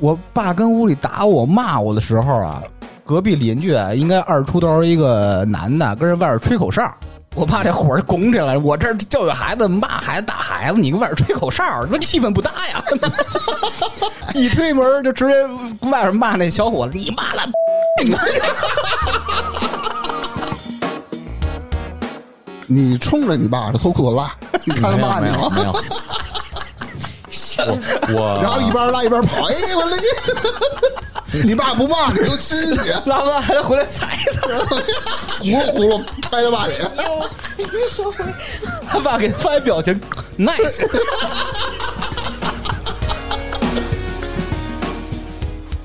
我爸跟屋里打我骂我的时候啊，隔壁邻居啊应该二十出头一个男的跟人外边吹口哨。我爸这火儿拱起来，我这儿教育孩子、骂孩子、打孩子，你跟外边吹口哨，说气氛不搭呀！ 一推门就直接外边骂那小伙子，你妈了！你冲着你爸就脱裤子拉，你看他骂你有吗？没有， 我然后一边拉一边跑，哎，我勒你！ 你爸不骂你都亲你，啊拉完还得回来踩他，咕噜咕噜拍他爸脸。他爸给他发一表情，nice。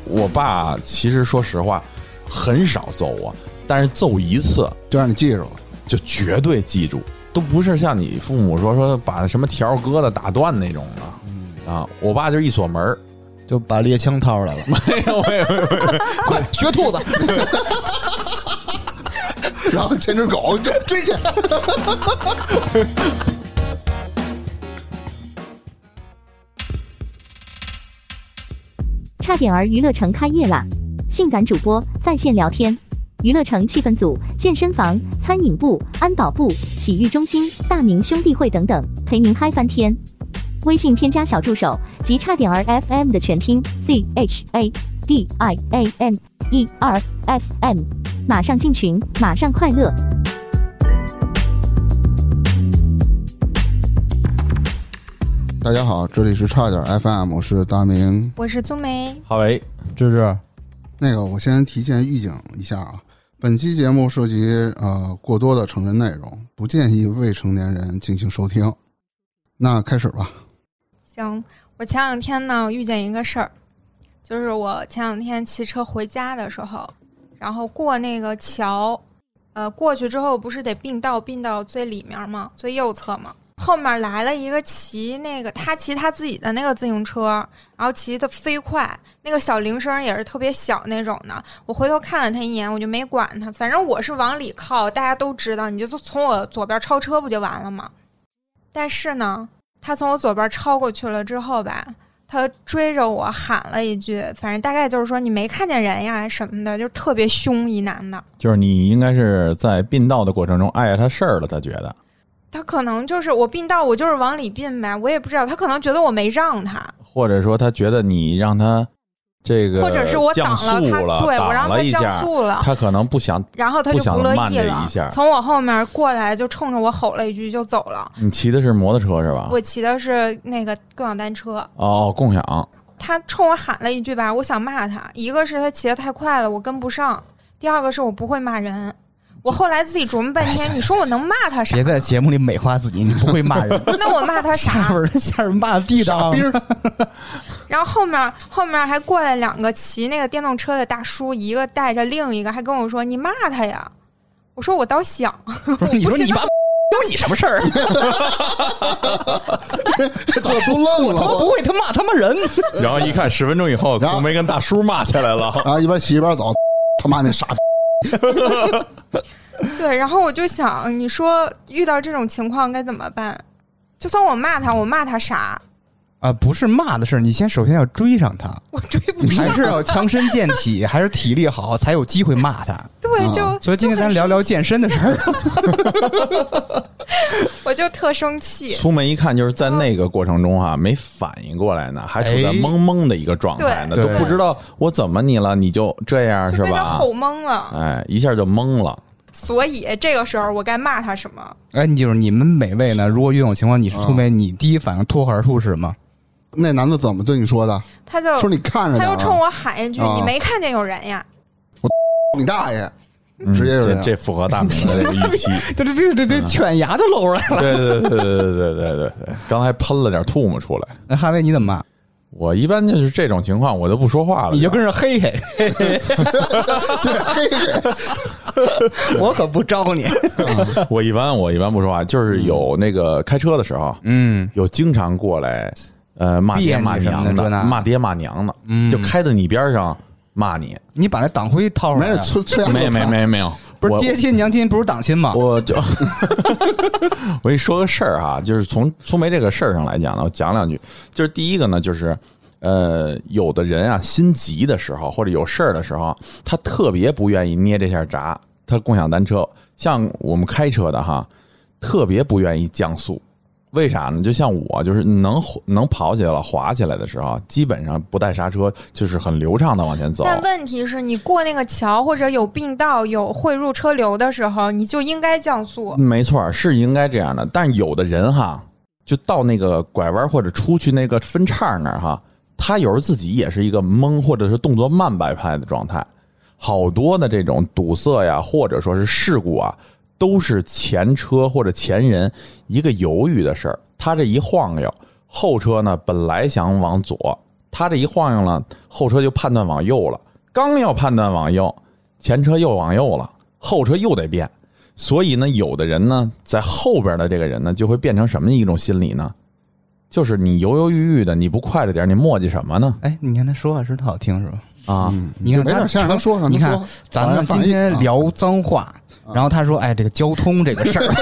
我爸其实说实话很少揍我，但是揍一次就让你记住了。就绝对记住，都不是像你父母说说把什么条疙瘩打断那种嗯的。啊，我爸就是一锁门儿， 就把猎枪掏出 来了。快学兔子，然后牵只狗就追去。 差点儿娱乐城开业啦！性感主播在线聊天，娱乐城气氛组、健身房、餐饮部、安保部、洗浴中心、大明兄弟会等等，陪您嗨翻天。微信添加小助手及差点儿 FM 的全拼 Z H A D I A M E R F M，马上进群，马上快乐。大家好，这里是差点 FM，我是大明。我是宗梅，哈维芝芝，那个，我先提前预警一下啊，本期节目涉及呃过多的成人内容，不建议未成年人进行收听。那开始吧，行，我前两天呢遇见一个事儿，就是我前两天骑车回家的时候，然后过那个桥，呃，过去之后不是得并道，并到最里面吗？最右侧吗？后面来了一个骑那个他骑他自己的那个自行车，然后骑的飞快，那个小铃声也是特别小那种的。我回头看了他一眼，我就没管他，反正我是往里靠，大家都知道，你就从我左边超车不就完了吗？但是呢，他从我左边超过去了之后吧，他追着我喊了一句，反正大概就是说你没看见人呀什么的，就是特别凶一男的。就是你应该是在并道的过程中碍着他事儿了，他觉得他可能就是我并道，我就是往里并呗，我也不知道，他可能觉得我没让他，或者说他觉得你让他这个或者是我挡降速了，他，对我让挡他一降下，速了，他可能不想然后他就不想乐慢意这了一下，从我后面过来就冲着我吼了一句就走了。你骑的是摩托车是吧？我骑的是那个共享单车，哦，共享，他冲我喊了一句吧，我想骂他，一个是他骑得太快了，我跟不上；第二个是我不会骂人。我后来自己琢磨半哎天，行你说我能骂他啥别？在节目里美化自己，你不会骂人，那我骂他下 啥边？儿下边儿骂的地道傻逼。儿，然后后面后面还过来两个骑那个电动车的大叔，一个带着另一个，还跟我说：“你骂他呀！”我说：“我倒想。 不是你说你爸有你什么事 儿？我出愣他妈了。不会他骂他妈人， 然后一看十分钟以后，然后苏梅跟大叔骂起来了。啊然后一边骑一边走，他妈那傻逼！”对，然后我就想，你说遇到这种情况该怎么办？就算我骂他，我骂他啥？ 啊，不是骂的事儿，你先首先要追上他，我追不上。还是要强身健体，还是体力好才有机会骂他。对，就、啊所以今天咱聊聊健身的事儿。 我就特生气。苏梅一看就是在那个过程中啊，没反应过来呢，还处在嗯哎懵懵的一个状态呢，对都不知道我怎么你了，你就这样是就被吧他吼？懵了。哎，一下就懵了。所以这个时候我该骂他什么？哎，你就是你们每位呢，如果遇到这种情况，你是苏梅，你第一反应脱口而出是什么？那男的怎么对你说的？他就说你看着点他又儿冲啊，我喊一句：“啊你没看见有人呀你大爷！嗯直接就这这样这符合大明的这 个预期。这这这这这犬牙都露出来了。对对对对对对对对对，刚才喷了点吐沫出来。那哈维你怎么骂？我我一般就是这种情况，我都不说话了。你就跟着嘿嘿，我可不招你。我一般我一般不说话，就是有那个开车的时候，嗯，有经常过来，呃，骂别爹你骂什么的娘这那嗯骂爹骂娘的，就开在你边上骂你。你把那党徽掏出没来事啊，，催催没没没没有，不是我爹亲娘亲不是党亲吗？我 就 我跟你说个事儿哈，就是从苏梅这个事儿上来讲呢，我讲两句。就是第一个呢，就是呃，有的人啊，心急的时候或者有事儿的时候，他特别不愿意捏这下闸。他共享单车，像我们开车的哈，特别不愿意降速。为啥呢？就像我，就是能能跑起来了、滑起来的时候，基本上不带刹车，就是很流畅的往前走。但问题是你过那个桥或者有并道、有汇入车流的时候，你就应该降速。没错，是应该这样的。但有的人哈，就到那个拐弯或者出去那个分叉那儿哈，他有时候自己也是一个懵或者是动作慢半拍的状态。好多的这种堵塞呀，或者说是事故啊，都是前车或者前人一个犹豫的事儿。他这一晃悠，后车呢本来想往左，他这一晃悠呢，后车就判断往右了。刚要判断往右，前车又往右了，后车又得变。所以呢，有的人呢，在后边的这个人呢，就会变成什么一种心理呢？就是你犹犹豫豫的，你不快着点，你磨叽什么呢？哎，你看他说话声特好听，是吧？啊， 嗯，你看就没他点像让他说，让他你看说，咱好们像今反应天啊聊脏话，然后他说：“哎，这个交通这个事儿，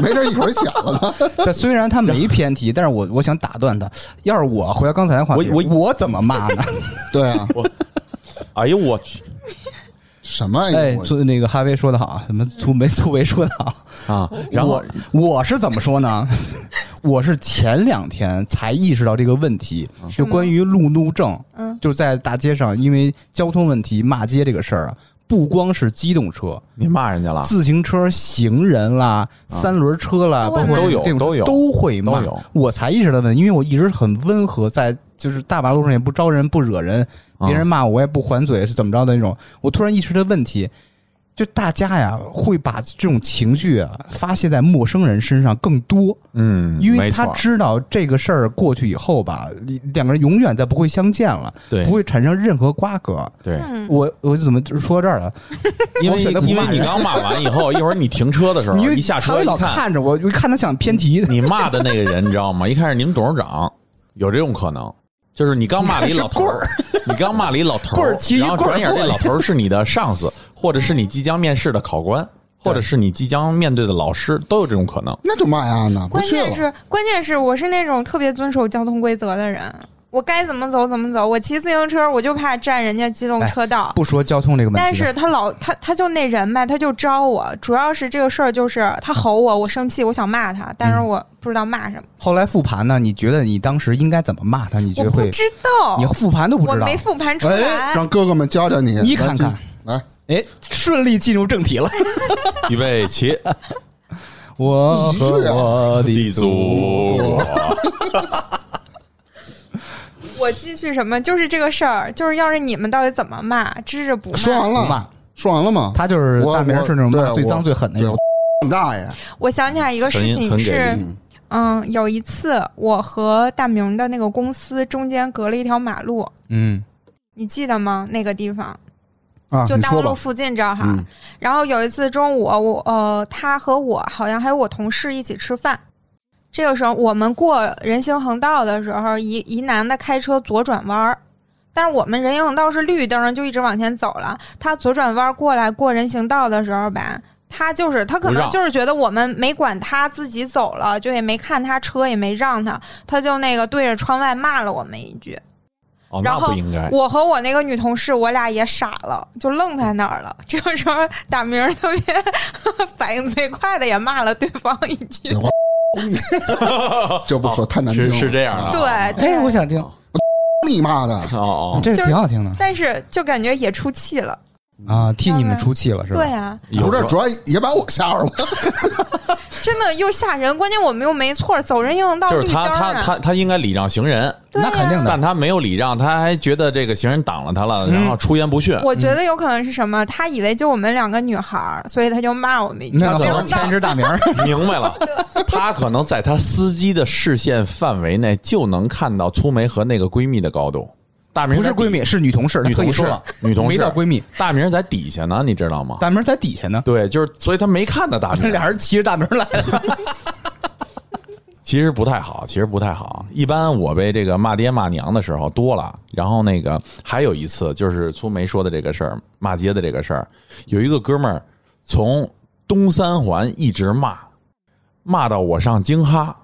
没准一会儿剪了呢。但虽然他没偏题，但是我我想打断他。要是我回到刚才的话题，我我怎么骂呢？对啊，哎呦我去什么呀？哎，我苏那个哈维说的好，什么苏没苏维说的好。啊！然后我我是怎么说呢？ 我是前两天才意识到这个问题，嗯就关于路怒症，嗯，就在大街上因为交通问题骂街这个事儿啊，不光是机动车，你骂人家了，自行车、行人啦、三轮车啦，都包会括啊骂都有这种都有都会骂都有。我才意识到的，因为我一直很温和，在就是大马路上也不招人不惹人，啊别人骂我也不还嘴是怎么着的那种。我突然意识到问题，就大家呀会把这种情绪啊发泄在陌生人身上更多，嗯，因为没他错，知道这个事儿过去以后吧，两个人永远再不会相见了，对不会产生任何瓜葛。对，嗯，我我怎么说到这儿了？因我为选择不因骂为你人刚骂完以后，一会儿你停车的时候，因为一下他车会老一看看着我，我一看他想偏题， 你骂的那个人，你知道吗？一看是你们董事长，有这种可能，就是你刚骂了一老头儿，你刚骂了一老头棍儿骑一然后棍儿转眼过这来老头儿是你的上司，或者是你即将面试的考官，或者是你即将面对的老师，都有这种可能。那就骂呀呢，不关去键了。哎是关键是我是那种特别遵守交通规则的人，我该怎么走怎么走。我骑自行车我就怕占人家机动车道， 不说交通这个问题了，但是他老他他就那人吧，他就招我。主要是这个事儿就是他吼我，我生气，我想骂他，但是我不知道骂什么，后来复盘呢，你觉得你当时应该怎么骂他？你觉我得不会？知道，你复盘都不我知道没？复盘出哎，来。让哥哥们教教你，你看看来，哎，顺利进入正题了。预备起， 我你是和啊我的祖国，我继续什么？就是这个事儿，就是要是你们到底怎么骂，支着不就说骂？完不了，骂说完了吗？ 他就是我大名是那种我骂对最脏我最狠那对种我。你大爷，我想起来一个事很情很给是力，嗯，嗯，有一次我和大明的那个公司中间隔了一条马路，嗯，你记得吗？那个地方啊，就你大说望吧路，附近这儿哈。嗯，然后有一次中午，我呃，他和我好像还有我同事一起吃饭。这个时候，我们过人行横道的时候，一一男的开车左转弯儿，但是我们人行横道是绿灯，就一直往前走了。他左转弯过来过人行道的时候吧，他就是他可不能让就是觉得我们没管他自己走了，就也没看他车，也没让他，他就那个对着窗外骂了我们一句。哦，然那后不应该。我和我那个女同事，我俩也傻了，就愣在那儿了。 这个时候，大明儿特别反应最快的，也骂了对方一句。嗯对 这不说哦太难听了哦啊是是这样的，对，哎，我想听，你妈的，哦哦，这个就是挺好听的但是就感觉也出气了。啊，替你们出气了是吧？对啊，有不时是候主要也把我吓着了。真的又吓人。关键我们又没错，走人行道就绿是灯他他啊。他他应该礼让行人，对那肯呀、定但的。他没有礼让，他还觉得这个行人挡了他了，然后出言不逊。我觉得有可能是什么？他以为就我们两个女孩儿，所以他就骂我们一句。那个他可可能能是牵一只大名儿，明白了， 他可能在他司机的视线范围内就能看到粗梅和那个闺蜜的高度。大明不是闺蜜，是女同事，女特意同说事了，，女同没事到闺蜜，大明在底下呢，你知道吗？大名儿在底下呢。对，就是所以他没看到大 明，俩人骑着大名儿来的，其实不太好，其实不太好。一般我被这个骂爹骂娘的时候多了，然后那个还有一次就是粗梅说的这个事儿，骂街的这个事儿，有一个哥们儿从东三环一直骂，骂到我上京哈，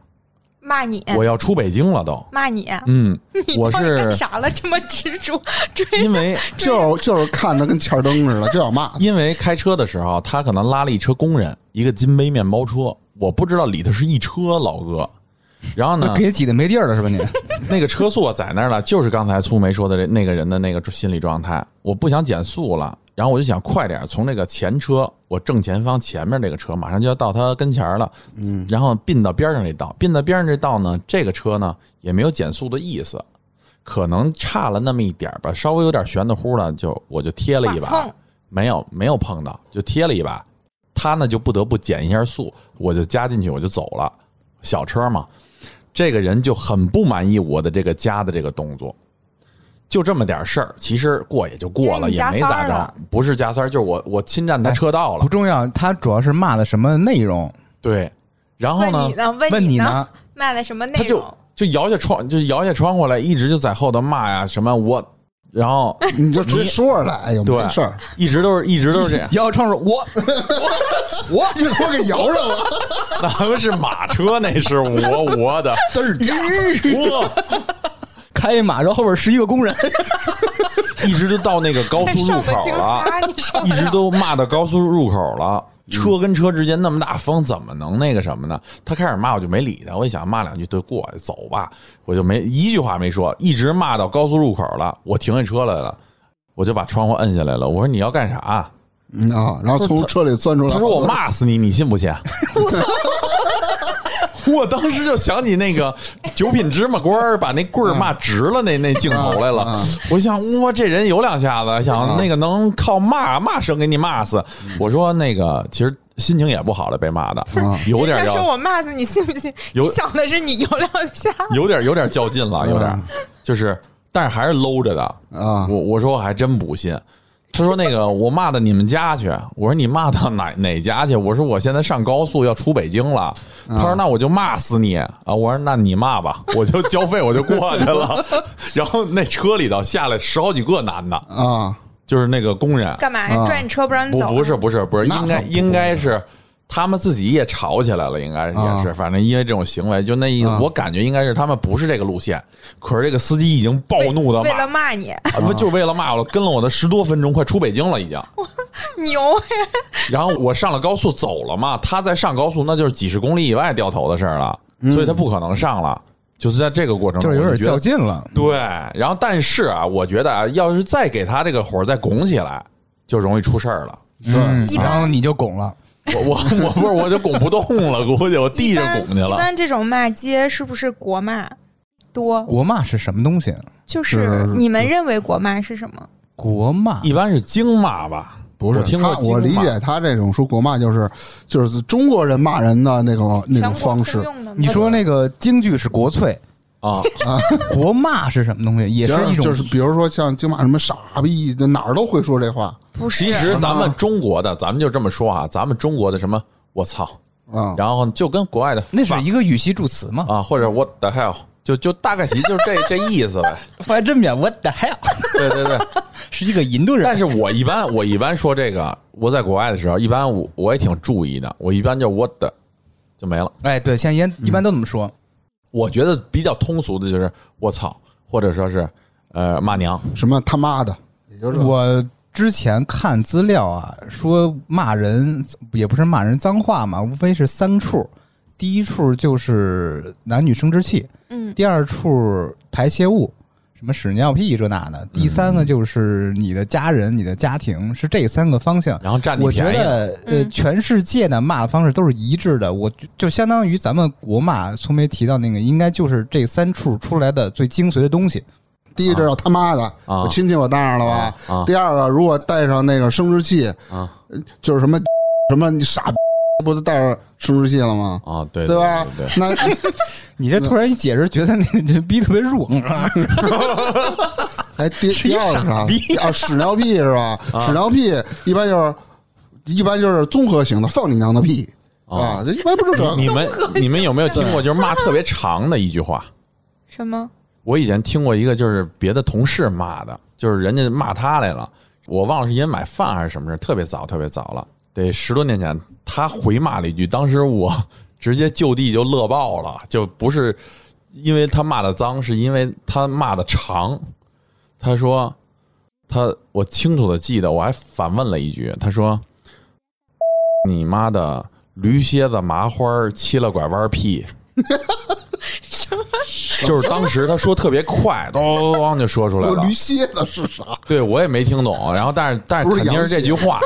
骂你，哎我要出北京了都。骂你， 嗯，你我到底干是啥了？这么执着追因为就是就是看着跟欠儿灯似的，就要骂他。因为开车的时候，他可能拉了一车工人，一个金杯面包车，我不知道里头是一车老哥。然后呢，给挤得没地儿了是吧你？那个车速啊在那儿了，就是刚才粗梅说的这那个人的那个心理状态，我不想减速了，然后我就想快点从这个前车，我正前方前面这个车马上就要到他跟前儿了，嗯，然后并到边上这道，并到边上这道呢，这个车呢也没有减速的意思，可能差了那么一点儿吧，稍微有点悬的乎了，就我就贴了一马把蹭，没有没有碰到，就贴了一把，他呢就不得不减一下速，我就加进去我就走了，小车嘛，这个人就很不满意我的这个加的这个动作。就这么点事儿，其实过也就过因为了，你也加没塞儿咋着了。不是加塞儿，就是我我侵占他车道了不。重要，他主要是骂的什么内容？对，然后问哦呢你，呢？问问你呢呢？？卖了什么内他就容？就摇下窗，就摇下窗户来，一直就在后头骂呀什么我，然后 你就直接说出来，哎呀，对没事儿，一直都是一直都是这样 。摇窗说：“我我一头哎 给摇上了，咱们是马车，那是我我的，嘚儿夹，我 开马，然后后边十一个工人，一直就到那个高速入上口警了。察，你受 一不直了。都骂到高速入口了，车跟车之间那么大风，怎么能那个什么呢？他开始骂我就没理他，我一想骂两句就过去走吧，我就没一句话没说，一直骂到高速入口了，我停下车来了，我就把窗户摁下来了，我说你要干啥？嗯啊，然后从车里钻出来，他说我，骂死你，你信 不信？我当时就想起那个九品芝麻官儿把那棍儿骂直了那那镜头来啊了啊，我想哇这人有两下子，想那个能靠骂骂声给你骂死。嗯我说那个其实心情也不好了，被骂的啊有点人家说要我骂死你，信不信？有你想的是你油两下，有点有点较劲了，有嗯点就是，但是还是搂着的。啊我我说我还真不信。他说 那个我骂到你们家去，我说你骂到哪哪家去？我说我现在上高速要出北京啊了。他说那我就骂死你啊！我说那你骂吧， 我就交费我就过去了。 然后那车里头下来十好几个男的，啊，就是那个工人，干嘛啊呀？拽你车不让你不走？不是，不是不是，那应该可不应该是他们自己也吵起来了，应该也是，啊反正因为这种行为，就那意思啊，我感觉应该是他们不是这个路线，可是这个司机已经暴怒的为骂了骂你，啊，不就为了骂我了，跟了我的十多分钟，快出北京了已经。 牛啊呀！然后我上了高速走了嘛，他在上高速那就是几十公里以外掉头的事儿了，所以他不可能上了。就是在这个过程嗯就中，是有我点觉得较劲了。对。然后但是啊，我觉得啊，要是再给他这个火儿再拱起来，就容易出事儿了。嗯一般然后你就拱了。我 我我不是我就拱不动了，估计我地一上般拱去一了。般这种骂街是不是国骂多？国骂是什么东西？就是是你们认为国骂是什么？国骂一般是京骂吧，不是我听他过，我京理骂解他这种说国骂就是就是中国人骂人的那种那种全国方通式，用的吗你说那个京剧是国粹，啊，国骂是什么东西？也是一种就是比如说像京骂什么傻逼，哪儿都会说这话不是？其实咱们中国的，咱们就这么说啊，咱们中国的什么我操，啊。然后就跟国外的那是一个语气助词嘛？啊，或者 what the hell，就就大概其就是这这意思呗。翻译真面，What the hell？对对对， 是一个印度人。但是我一般我一般说这个，我在国外的时候，一般我我也挺注意的，我一般就 what the 就没了。哎，对，现在一般一般都这么说。我觉得比较通俗的就是我操，或者说是呃骂娘，什么他妈的，也就是我之前看资料啊，说骂人也不是骂人脏话嘛，无非是三处。第一处就是男女生殖器，嗯，第二处排泄物，什么屎尿屁这那嗯的。第三个就是你的家人、你的家庭，是这三个方向。然后占你我觉便宜了。得，呃，嗯全世界的骂的方式都是一致的，我就就相当于咱们国骂，聪梅提到那个，应该就是这三处出来的最精髓的东西。第一这叫他妈的，啊我亲戚我当上了吧。啊第二个，如果带上那个生殖器，啊就是什么 什么你傻逼，不都带上生殖器了吗？啊，对对吧对，那你这突然一解释，觉得那这逼特别弱，哎， 第是一第二个是傻啥逼？第二屎尿屁是吧？啊屎尿屁一般就是一般就是综合型的，放你娘的屁啊啊！这一般不是这你们你们有没有听过就是骂特别长的一句话？什么？我以前听过一个，就是别的同事骂的，就是人家骂他来了，我忘了是因为买饭还是什么事，特别早，特别早了，得十多年前，他回骂了一句，当时我直接就地就乐爆了，就不是因为他骂的脏，是因为他骂的长。他说他我清楚的记得，我还反问了一句，他说你妈的驴蝎子麻花儿七了拐 弯屁。就是当时他说特别 快，咚咚咚咚就说出来我了。驴蝎子是啥？对我也没听懂，然后但是但是不是肯定是洋气这句话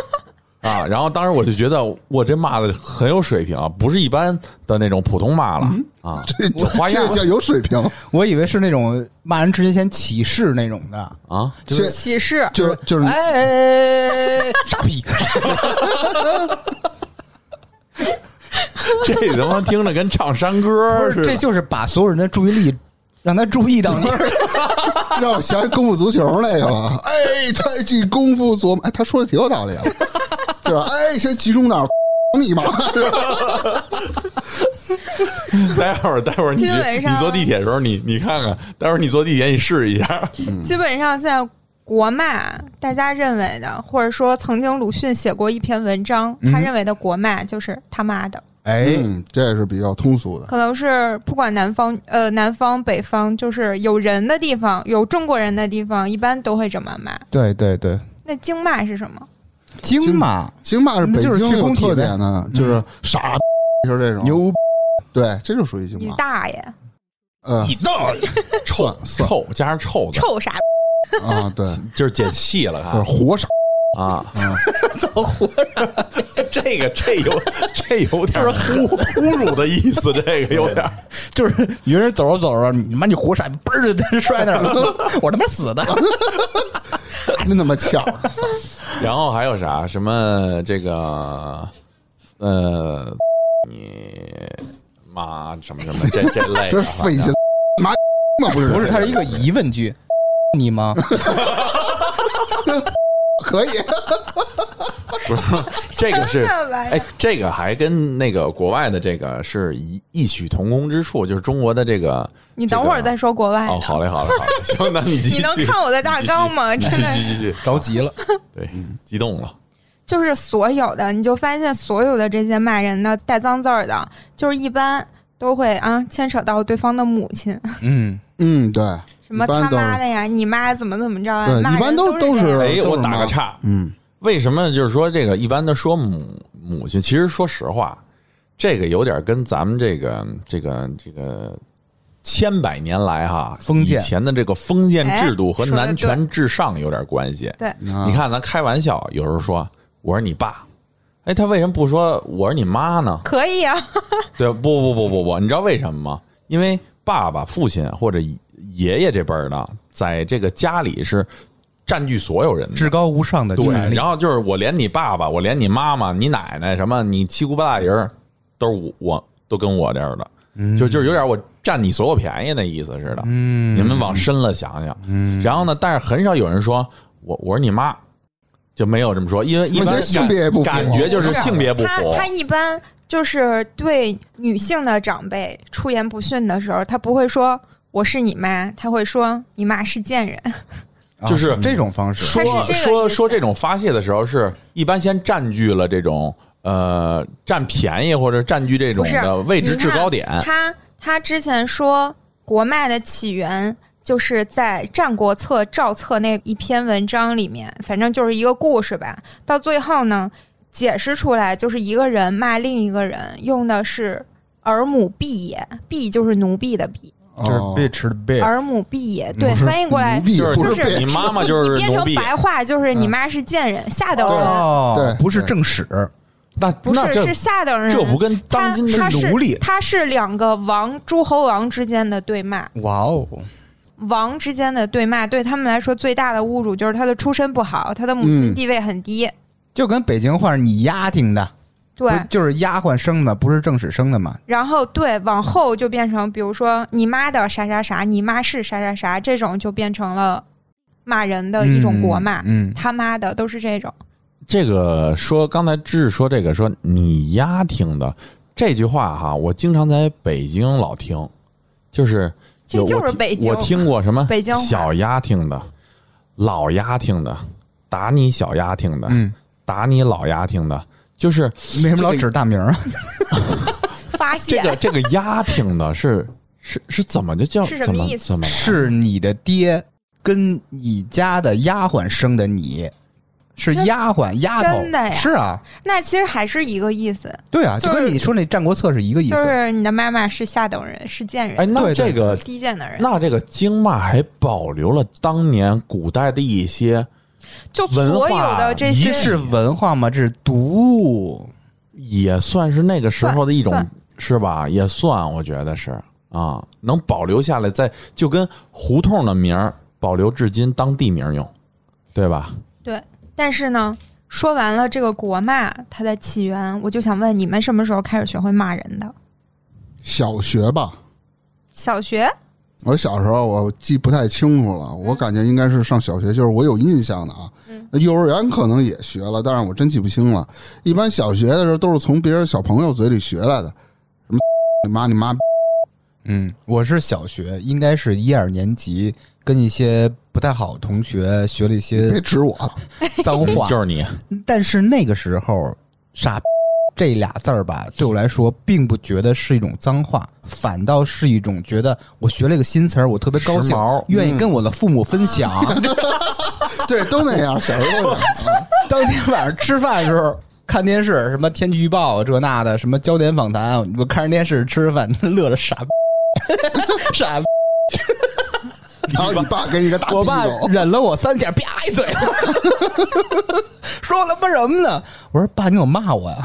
啊，然后当时我就觉得我这骂的很有水平啊，不是一般的那种普通骂了、嗯啊，这有花样这叫有水平。我以为是那种骂人之前先起誓那种的，啊，先启示就就是哎哎哎哎，傻逼！ 这他妈听着跟唱山不歌是，似这的。就是把所有人的注意力让他注意到你。 让我想起功夫足球那个了。哎，太极功夫琢磨，哎，他说的挺有道理 啊，就是哎，先集中点儿， 你妈！待会儿待会儿你去基本上你坐地铁的时候，你你看看，待会儿你坐地铁你试一 下，基本上现在国骂，大家认为的，或者说曾经鲁迅写过一篇文章，他认为的国骂就是他妈的，哎，嗯，这是比较通俗的。可能是不管南方呃南方北方，就是有人的地方，有中国人的地方，一般都会这么骂。对对对，那京骂是什么？京嘛，京骂是北就是京去有工体特呗点的，就是傻逼，就是这嗯种牛对，这就属于京你骂。大爷，呃，到臭算算臭加上臭的，臭傻逼！啊，对，就是解气了就是看活傻。啊，走 火，这个这有这 有点儿侮侮辱的意思，这个有点儿。就是有人走着走着，你妈你活傻逼，嘣儿就在那摔那儿了，我他妈死的。真他妈 巧！然后还有啥？什么这个呃，你妈什么什么这这类这是的费劲，妈嘛不是哎不是，它是一个疑问句，你吗？可以这个 是什么玩意儿哎，这个还跟那个国外的这个是异异曲同工之处，就是中国的这个。你等会儿再说国外的。哦，好嘞，好嘞， 好嘞，行，那你继续。你能看我的大纲吗你继续真的继续继续，着急了，对，嗯激动了。就是所有的，你就发现所有的这些骂人的带脏字儿的，就是一般都会啊牵扯到对方的母亲，嗯，嗯，对，什么一般他都是妈的呀，你妈怎么怎么着啊，对，骂人一般都都是这样哎，都我是打骂个，岔，嗯，为什么就是说这个一般的说母母亲，其实说实话，这个有点跟咱们这个这个这个千百年来哈封建以前的这个封建制度哎和说得男权至上有点关系。对，你你，看咱开玩笑，有时候说我是你爸，哎，他为什么不说我是你妈呢？可以啊，对，不不不不不，你知道为什么吗？因为爸爸、父亲或者爷爷这辈儿的，在这个家里是占据所有人的。至高无上的对，权利然。后就是我连你爸爸，我连你妈妈、你奶奶什么，你七姑八大姨儿，都是我我都跟我这儿的，就就是有点我占你所有便宜的意思似的。嗯你们往深了想想，然后呢，但是很少有人说我我是你妈，就没有这么说，因为一我觉般得性别也不符啊感觉就是性别不他符。他一般就是对女性的长辈出言不逊的时候，他不会说我是你妈，他会说你妈是贱人，啊就是这种方式，他是说这个说意思说这种发泄的时候是，一般先占据了这种呃占便宜或者占据这种不是的位置你看制高点。他他之前说国骂的起源就是在《战国策·赵策》那一篇文章里面，反正就是一个故事吧。到最后呢，解释出来就是一个人骂另一个人，用的是“儿母婢也”，婢就是奴婢的婢，就是哦 bitch 的 bitch，儿母婢也。对，嗯翻译过来奴婢就是不就是是你被妈妈你就是你变奴成婢，白话就是你嗯妈是贱人，下等人。哦对不是正史，那不那是，这是下等人。这不跟当今他的他是奴隶他是两个王诸侯王之间的对骂，哇哦，王之间的对骂，对他们来说最大的侮辱就是他的出身不好，他的母亲嗯地位很低。就跟北京话是你丫听的，对不，是就是丫鬟生的，不是正史生的嘛。然后对往后就变成，比如说你妈的啥啥啥，你妈是啥啥啥，这种就变成了骂人的呃一种国骂。嗯，嗯他妈的都是这种，这个说刚才知识说这个说你丫听的这句话哈，我经常在北京老听，就是这有就我是听北京我听过什么北京话小丫听的，老丫听的，打你小丫听的，嗯，打你老丫听的，就是为什么老指大名儿啊？发这泄，个这个压挺的是是是怎么就叫是什么怎么意思怎么 来是你的爹跟你家的丫鬟生的你，是真丫鬟丫头真的呀是啊，那其实还是一个意思，对啊，就就跟是你说那战国策是一个意思。就是你的妈妈是下等人，是贱人，哎，那对这对个低贱的人，那这个经骂还保留了当年古代的一些就文所有化的这仪些这是文化吗？这是毒。也算是那个时候的一种算，是吧？也算，我觉得是啊，能保留下来，在就跟胡同的名儿保留至今当地名儿用，对吧？但是呢，说完了这个国骂它的起源，我就想问你们什么时候开始学会骂人的？小学吧，小学？我小时候我记不太清楚了，我感觉应该是上小学，就是我有印象的啊。那幼儿园可能也学了，但是我真记不清了。一般小学的时候都是从别人小朋友嘴里学来的，什么你妈你妈嗯，我是小学，应该是一二年级，跟一些不太好的同学学了一别些指我，脏 话。就是你，但是那个时候，傻逼这俩字儿吧，对我来说并不觉得是一种脏话，反倒是一种觉得我学了一个新词儿，我特别高时兴髦，嗯愿意跟我的父母分享。对，都那样，小时候都那样。 当天晚上吃饭的时候。看电视，什么天气预报啊这那的，什么焦点访谈，我看着电视吃着饭，乐了傻逼， 傻逼。然后你爸给你个大我爸逼斗忍了我三下，啪一嘴， 说他妈什么呢？我说爸，你有骂我呀？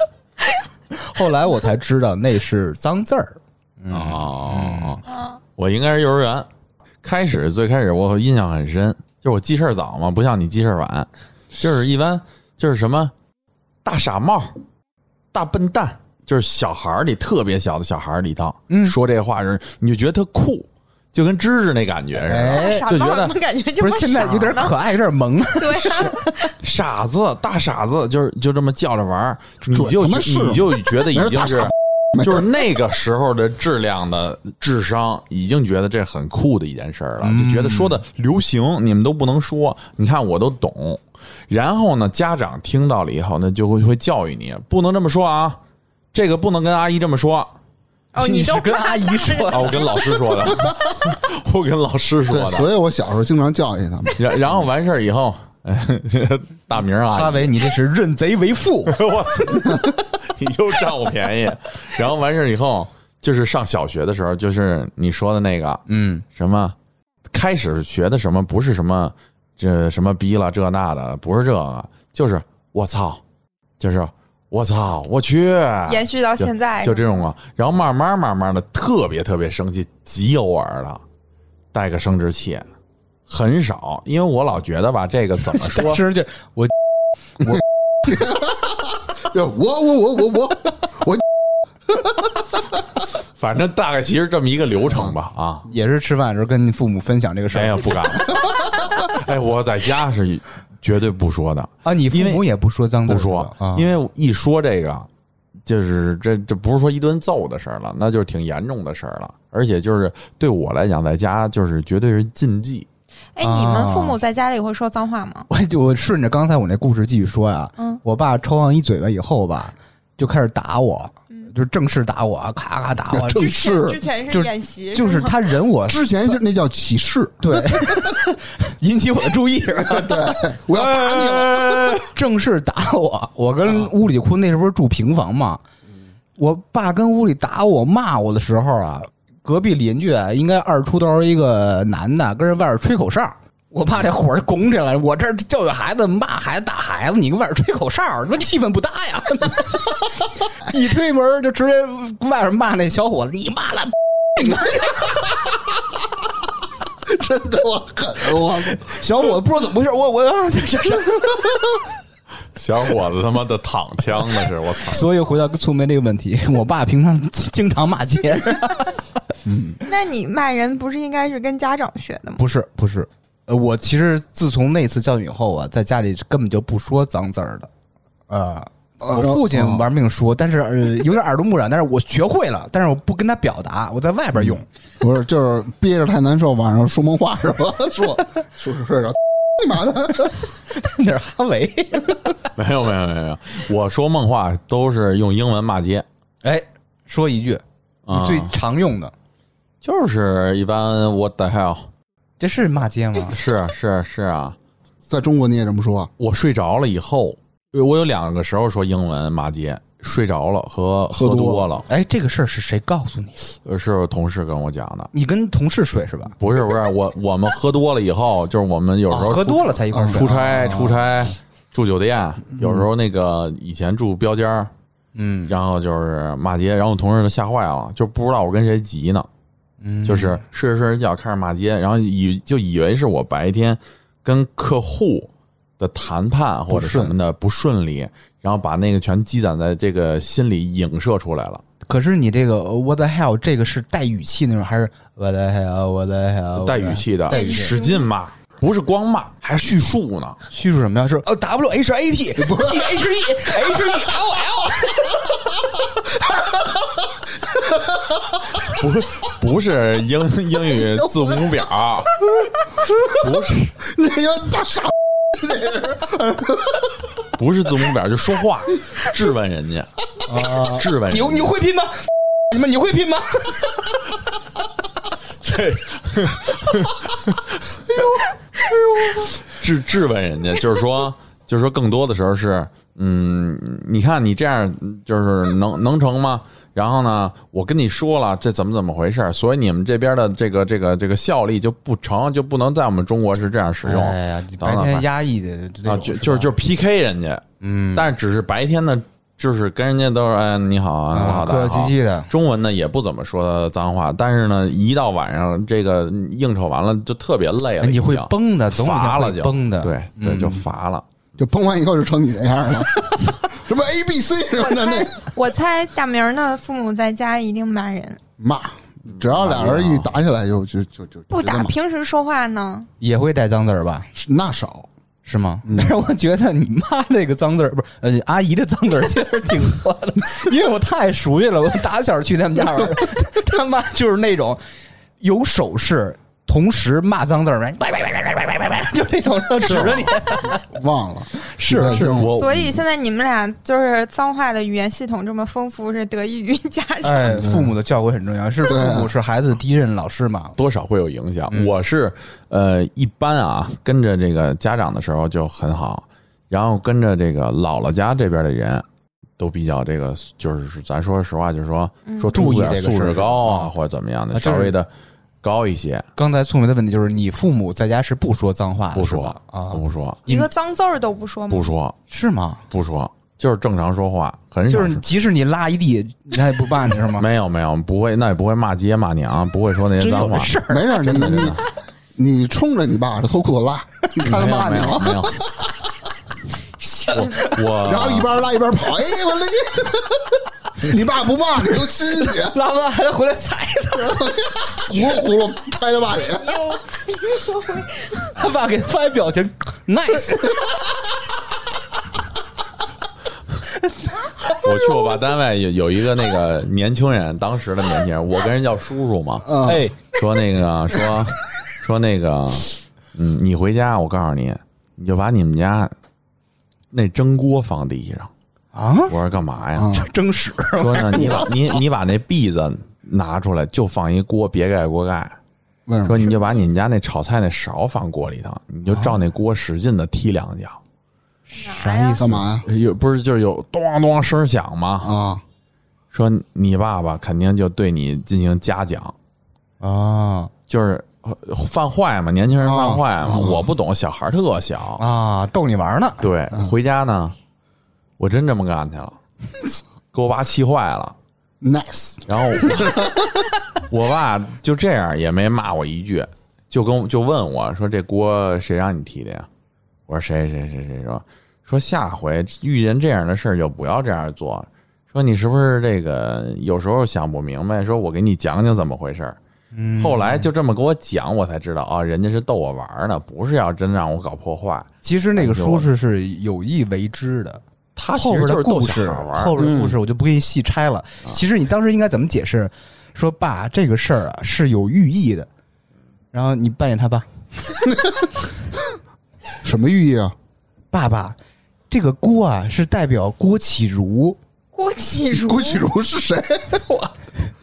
后来我才知道那是脏字儿，嗯哦，嗯我应该是幼儿园开始，最开始我印象很深，就是我记事儿早嘛，不像你记事儿晚，就是一般就是什么大傻帽、大笨蛋，就是小孩儿里特别小的小孩儿里头，嗯说这话人你就觉得他酷，就跟芝芝那感觉似的，哎，傻就帽觉得怎么感觉这不么是现在有点傻呢可爱，有点萌，对啊、傻子、大傻子，就是就这么叫着玩儿，你就准他妈是你就觉得已没人经大是傻。 就是那个时候的质量的智商，已经觉得这很酷的一件事儿了，就觉得说的流行，你们都不能说，你看我都懂。然后呢，家长听到了以后呢，就会会教育你，不能这么说啊，这个不能跟阿姨这么说啊，哦，你你都是跟阿姨说 的，我跟老师说的，我跟老师说对，的。所以我小时候经常教育他们。然然后完事儿以后，哎 大明啊，哈维，你这是认贼为父， 我操，你又占我便宜。然后完事儿以后，就是上小学的时候，就是你说的那个嗯，什么，开始学的什么，不是什么这什么逼了这那的，不是这个，就是我操，就是我操，我去，延续到现在，就这种啊。然后慢慢慢慢的，特别特别生气，极偶尔的带个生殖器。很少，因为我老觉得吧，这个怎么 说但，是就我对我我我我我我反正大概其实这么一个流程吧，啊，也是吃饭的时候跟父母分享这个事谁也儿不 敢。哎，我在家是绝对不说的，啊，你父因母为也不说脏字儿不是吧说，啊，因为一说这个，就是这这不是说一顿揍的事儿了，那就是挺严重的事儿了，而且就是对我来讲，在家就是绝对是禁忌。哎，你们啊父母在家里会说脏话吗？我就我顺着刚才我那故事继续说啊呀，嗯我爸抽上一嘴巴以后吧，就开始打我，就是正式打我，咔咔打啊我，正是之是前就是演习，就是吗他忍我，之前就那叫歧视， 对，引起我的注意，哎对，我要打你了。啊正式打我，我跟屋里哭，那时候不是住平房嘛，嗯我爸跟屋里打我骂我的时候啊，隔壁邻居啊应该二十出头一个男的，跟人外边吹口哨。我爸这火儿拱起来了，我这儿教育孩子、骂孩子、打孩子，你跟外边吹口哨，他妈气氛不搭 呀！一推门就直接外边骂那小伙子，你骂了，真的我狠，我小伙子不知道怎么回事，我我啊这这这。小伙子他妈的躺枪那是，我操！所以回到粗眉这个问题，我爸平常经常骂街， 那你骂人不是应该是跟家长学的吗？不是不是，呃，我其实自从那次教育以后啊，在家里是根本就不说脏字儿的，呃。我父亲玩命说，但是、呃、有点耳濡目染，但是我学会了，但是我不跟他表达，我在外边用。 不是，就是憋着太难受，晚上说梦话是吧？说说说说， 你妈的！ 那是哈维。没有没有没有没有，我说梦话都是用英文骂街， 哎，说一句啊你最常用的，就是一般 what the hell 这是骂街吗？是是是啊，在中国你也这么说啊？我睡着了以后，我有两个时候说英文骂街，睡着了和喝喝多多了，哎，这个事儿是谁告诉你？呃是我同事跟我讲的。你跟同事睡是吧？不是不是，我我们喝多了以后，就是我们有时候啊喝出多了才一块儿睡出。差出差住酒店，有时候那个以前住标间儿，嗯然后就是骂街，然后我同事都吓坏了，就不知道我跟谁急呢，嗯，就是睡着睡着觉开始骂街，然后以就以为是我白天跟客户的谈判或者什么的不顺利，然后把那个全积攒在这个心里影射出来了。可是你这个呃 what the hell 这个是带语气那种，还是 what the hell what the hell 带语气的啊带语，气使劲骂，不是光骂，还叙述呢。叙述什么呀？是呃 w h a t t h e h e l l 不是不是英英语字母表，不是那个大傻，不是字母表，就说话质问人家，质问人家啊你你会拼吗？ 你们你会拼吗？质质问人家，就是说就是说更多的时候是嗯，你看你这样就是能能成吗？然后呢，我跟你说了这怎么怎么回事，所以你们这边的这个这个这个效力就不成就不能在我们中国是这样使用。哎呀，等白等天压抑的这种啊，就就是就是 PK 人家，嗯，但是只是白天呢，就是跟人家都是哎你好啊，你好啊，大家客客好气气的，中文呢也不怎么说脏话，但是呢，一到晚上这个应酬完了就特别累了，哎你会已经崩的，总有一天乏了会就崩的，对对，嗯就乏了。就崩完以后就成你这样了， 什么 A B C 什么的那我猜大明儿呢，父母在家一定骂人，骂，只要俩人一打起来就就就就就不这打么平时说话呢，也会带脏字儿吧？那少，是吗？嗯但是我觉得你妈这个脏字儿不是呃阿姨的脏字儿确实挺多的， 因为我太熟悉了，我打小去他们家玩儿， 他妈就是那种有手势，同时骂脏字儿，喂喂喂喂喂喂喂喂，就那种指着你，忘 了是对是就我所以现在你们俩就是脏话的语言系统这么丰富，是得益于家 长。呃哎，父母的教诲很重要，是父啊母是孩子的第一任老师嘛？多少会有影响。嗯我是呃，一般啊，跟着这个家长的时候就很好，然后跟着这个姥姥家这边的人。都比较这个，就是咱说实话，就是说说注意注意点这个素事质儿高啊，啊或者怎么样啊的，这稍是微的高一些，刚才宋梅的问题就是，你父母在家是不说脏话的，不是说吧啊？不说，一个脏字儿都不说吗？不说，是吗？不说，就是正常说话，很少就说。是即使你拉一地，他也不骂你是吗？ 没有没有，不会，那也不会骂街骂娘，不会说那些真脏有 哎话这。事儿，没事儿，你你你冲着你爸这脱裤子拉，你看他 没有骂没你有了，没有，我然后一我边拉一边跑，哎我勒你， 你爸不骂你都亲你，啊拉完还得回来踩他。葫芦葫芦拍他爸脸，他爸给他发一表 情，nice，我去我爸单位有有一个那个年轻人，当时的年轻人，我跟人叫叔叔嘛，嗯哎，说那个说说那个，嗯，你回家，我告诉你，你就把你们家那蒸锅放地上。啊，我说干嘛呀？嗯蒸屎，说 呢，你把你你把那篦子拿出来，就放一锅，别盖锅盖。为什么？说你就把你们家那炒菜那勺放锅里头，你就照那锅使劲的踢两脚，啥意干？嘛呀？有不是就是有咚啊咚声响吗？啊，说你爸爸肯定就对你进行嘉奖，啊就是呃犯坏嘛，年轻人犯坏嘛，啊我不懂，小孩儿特小，啊，逗你玩呢，对，嗯回家呢，我真这么 干去了，给我爸气坏了， Nice，然后我 我爸就这样也没骂我一句，就跟我就问我说这锅谁让你提的呀？我说谁谁谁谁说说下回遇见这样的事儿就不要这样做。说你是不是这个有时候想不明白？说我给你讲讲怎么回事儿。嗯后来就这么给我讲，我才知道啊，人家是逗我玩儿呢，不是要真让我搞破坏。其实那个叔叔是有意为之的，他其后实边就的是逗故小事孩，玩儿后。边的故事我就不给你细拆了。其实你当时应该怎么解释？说爸，这个事儿啊是有寓意的，然后你扮演他爸，什么寓意啊？爸爸，这个郭啊是代表郭启儒，郭启 儒，郭启儒是谁？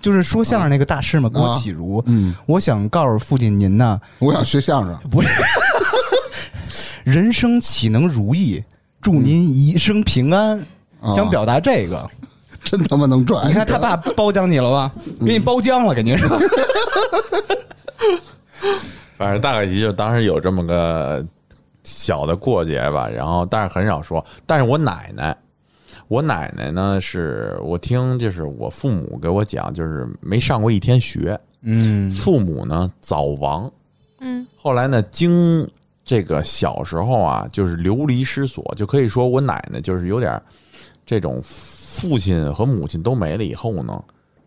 就是说相声那个大师嘛，郭啊启儒。嗯，我想告诉父亲您呢，我想学相声。不是，人生岂能如意？祝您一生平安。嗯啊想表达这个，真他妈能转！你看他爸包浆你了吧？嗯给你包浆了，肯定是。反正大概也就当时有这么个小的过节吧，然后但是很少说。但是我奶奶，我奶奶呢是我听就是我父母给我讲，就是没上过一天学，嗯父母呢早亡，嗯，后来呢经这个小时候啊，就是流离失所，就可以说我奶奶就是有点儿这种父亲和母亲都没了以后呢，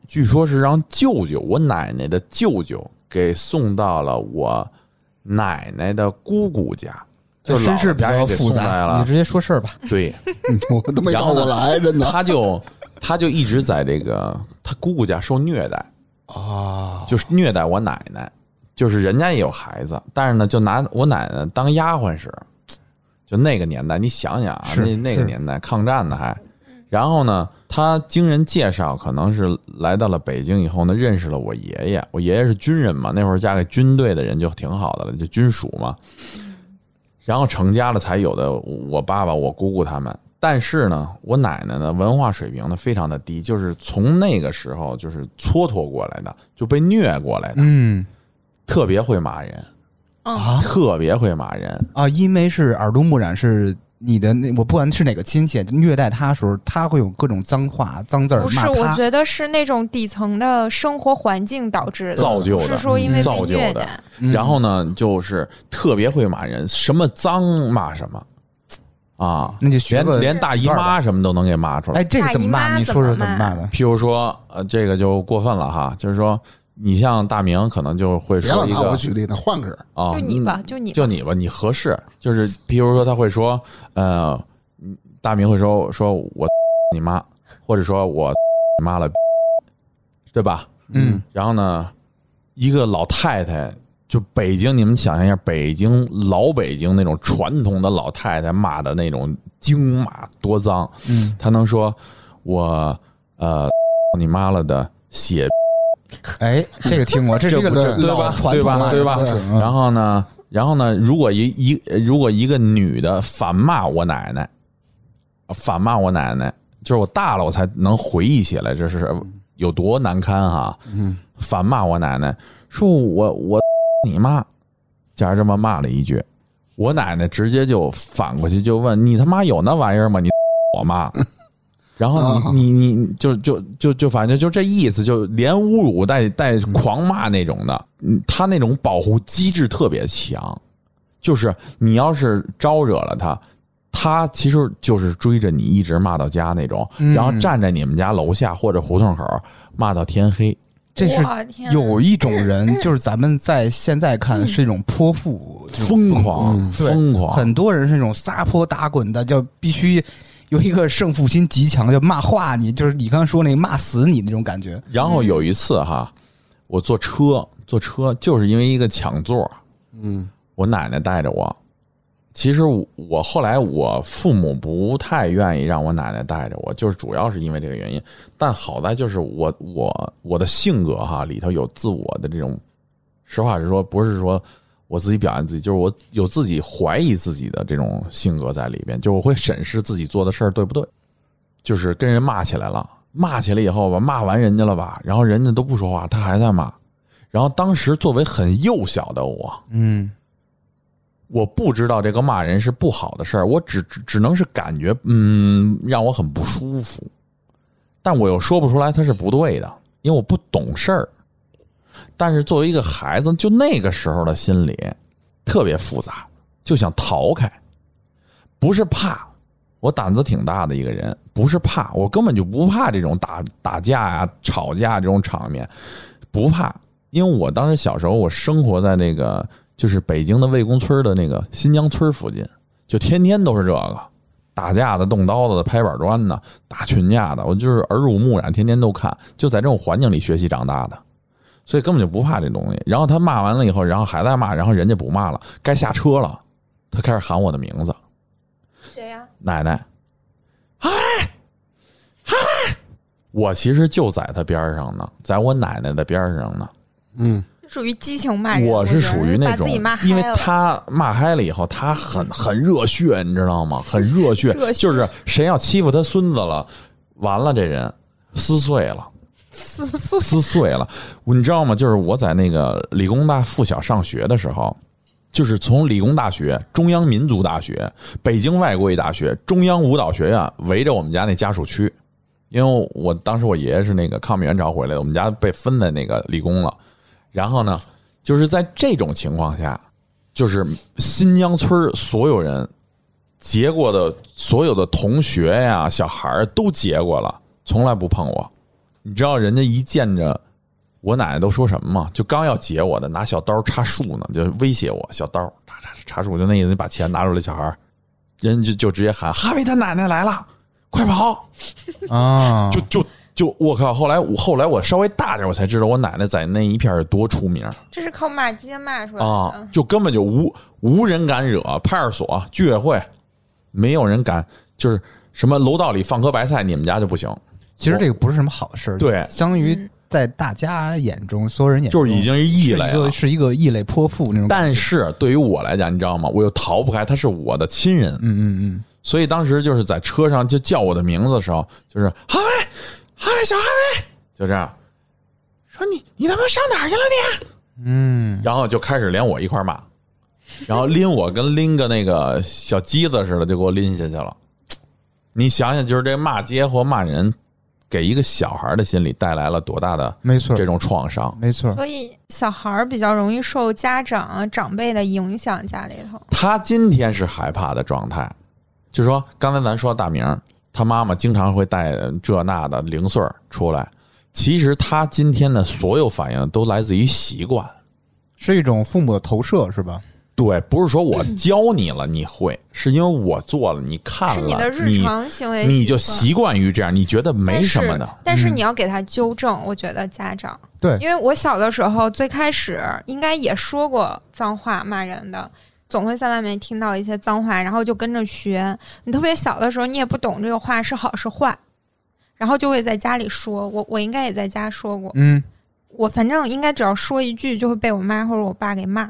据说是让舅舅，我奶奶的舅舅给送到了我奶奶的姑姑家，就身世比老较人家也给复送来杂，你了直。接说事儿吧。对，嗯 我都没倒过来，真 的。他就他就一直在这个他姑姑家受虐待。啊，就是虐待我奶奶，就是人家也有孩子，但是呢，就拿我奶奶当丫鬟使。就那个年代，你想想啊，是那那个是年代抗战呢还，然后呢，他经人介绍，可能是来到了北京以后呢，认识了我爷爷。我爷爷是军人嘛，那会儿嫁给军队的人就挺好的了，就军属嘛。然后成家了才有的我爸爸、我姑姑他们。但是呢，我奶奶呢，文化水平呢非常的低，就是从那个时候就是蹉跎过来的，就被虐过来的，嗯特别会骂人，嗯，啊特别会骂人。啊，因为是耳濡目染，是你的那我不管是哪个亲戚虐待他的时候，他会有各种脏话、脏字儿不是，骂我他。觉得是那种底层的生活环境导致的，造就不的是说因为被造就虐的啊待，嗯然后呢，就是特别会骂人，什么脏骂什么，啊，那就学连个连大姨几段儿吧妈什么都嗯能给骂出来哎，。这个怎么骂？大姨妈你说说怎么怎么骂的？譬如说，呃，这个就过分了哈，就是说，你像大明可能就会别说老一拿我个举例，那换个人。啊，就你吧，就你吧，就你吧，你合适。就是譬如说，他会说，呃，大明会说，说我 你妈，或者说我 你妈了，对吧？嗯，然后呢，一个老太太，就北京，你们想象一下，北京老北京那种传统的老太太骂的那种京骂多脏，嗯，她能说我呃 你妈了的血，哎，这个听过，这是一个这不对老吧？传对统啊吧？的对吧？对然后呢，然后呢，如果一一如果一个女的反骂我奶奶，反骂我奶奶，就是我大了我才能回忆起来这是有多难堪哈、嗯，反骂我奶奶，说我我你妈，假如这么骂了一句，我奶奶直接就反过去就问你他妈有那玩意儿吗？你 我妈。然啊后你你你就就就就反正就这意思，就连侮辱带带狂骂那种的，嗯他那种保护机制特别强，就是你要是招惹了他，他其实就是追着你一直骂到家那种，嗯然后站在你们家楼下或者胡同口骂到天黑。这是哇天哪啊嗯有一种 人，就是咱们在现在看是一种泼妇，这种疯狂，嗯对疯狂，很多人是那种撒泼打滚的，叫必须有一个胜负心极强，就骂化你，就是你刚刚说那个骂死你那种感觉。然后有一次哈，我坐车坐车，就是因为一个抢座，嗯，我奶奶带着我。其实我我后来我父母不太愿意让我奶奶带着我，就是主要是因为这个原因。但好在就是我我我的性格哈里头有自我的这种，实话实说，不是说我自己表现自己，就是我有自己怀疑自己的这种性格在里边，就是我会审视自己做的事儿对不对。就是跟人骂起来了，骂起来以后吧，骂完人家了吧，然后人家都不说话，他还在骂。然后当时作为很幼小的我，嗯，我不知道这个骂人是不好的事儿，我只只只能是感觉，嗯，让我很不舒服，但我又说不出来他是不对的，因为我不懂事儿。但是作为一个孩子，就那个时候的心理特别复杂，就想逃开，不是怕，我胆子挺大的一个人，不是怕，我根本就不怕这种打打架呀、吵架这种场面，不怕，因为我当时小时候，我生活在那个就是北京的魏公村的那个新疆村附近，就天天都是这个打架的、动刀子的、拍板砖的、打群架的，我就是耳濡目染，天天都看，就在这种环境里学习长大的，所以根本就不怕这东西。然后他骂完了以后，然后还在骂，然后人家不骂了，该下车了，他开始喊我的名字，谁呀、奶奶，哎，哎，我其实就在他边上呢，在我奶奶的边上呢。嗯，属于激情骂人，我我觉是得属于那把种自己骂，嗨因为了他骂嗨了以后，他很很热血，你知道吗？很热血， 热血就是谁要欺负他孙子了，完了这人撕碎了，撕碎撕碎了，你知道吗？就是我在那个理工大附小上学的时候。就是从理工大学、中央民族大学、北京外国语大学、中央舞蹈学院围着我们家那家属区，因为我当时我爷爷是那个抗美援朝回来的，我们家被分在那个理工了。然后呢，就是在这种情况下，就是新疆村儿所有人结过的所有的同学呀、小孩儿都结过了，从来不碰我。你知道人家一见着我奶奶都说什么吗？就刚要解我的，拿小刀插树呢，就威胁我，小刀插插插树，就那意思，你把钱拿出来，小孩儿，人就就直接喊哈维他奶奶来了，快跑！啊，就就就我靠！后来我后来我稍微大点，我才知道我奶奶在那一片儿有多出名 这是靠骂街骂出来的。嗯啊，就根本就无无人敢惹，派出所、居委会没有人敢，就是什么楼道里放颗白菜，你们家就不行，其实这个不是什么好事，对相当于嗯在大家眼中，所有人眼中就是已经是是一异类了个。是一个异类泼妇那种感觉。但是对于我来讲，你知道吗？我又逃不开，他是我的亲人，嗯嗯所以当时就是在车上就叫我的名字的时候，就是哈维，哈维，小哈维，就这样说你你他妈上哪儿去了你？嗯嗯，然后就开始连我一块儿骂，然后拎我跟拎个那个小鸡子似的，就给我拎下去了。你想想，就是这骂街或骂人，给一个小孩的心理带来了多大的没错这，种创伤？没错。所以小孩儿比较容易受家长啊长辈的影响，家里头他今天是害怕的状态，就说刚才咱说大明儿，他妈妈经常会带这那的零碎儿出来。其实他今天的所有反应都来自于习惯，是一种父母的投射，是吧？对，不是说我教你了你会，是因为我做了，你看了，是你的日常行为，你就习惯于这样，你觉得没什么的。但是。但是嗯你要给他纠正，我觉得家长对因为我小的时候最开始应该也说过脏话骂人的。总会在外面听到一些脏话，然后就跟着学。你特别小的时候，你也不懂这个话是好是坏，然后就会在家里说。我我应该也在家说过，嗯，我反正应该只要说一句，就会被我妈或者我爸给骂。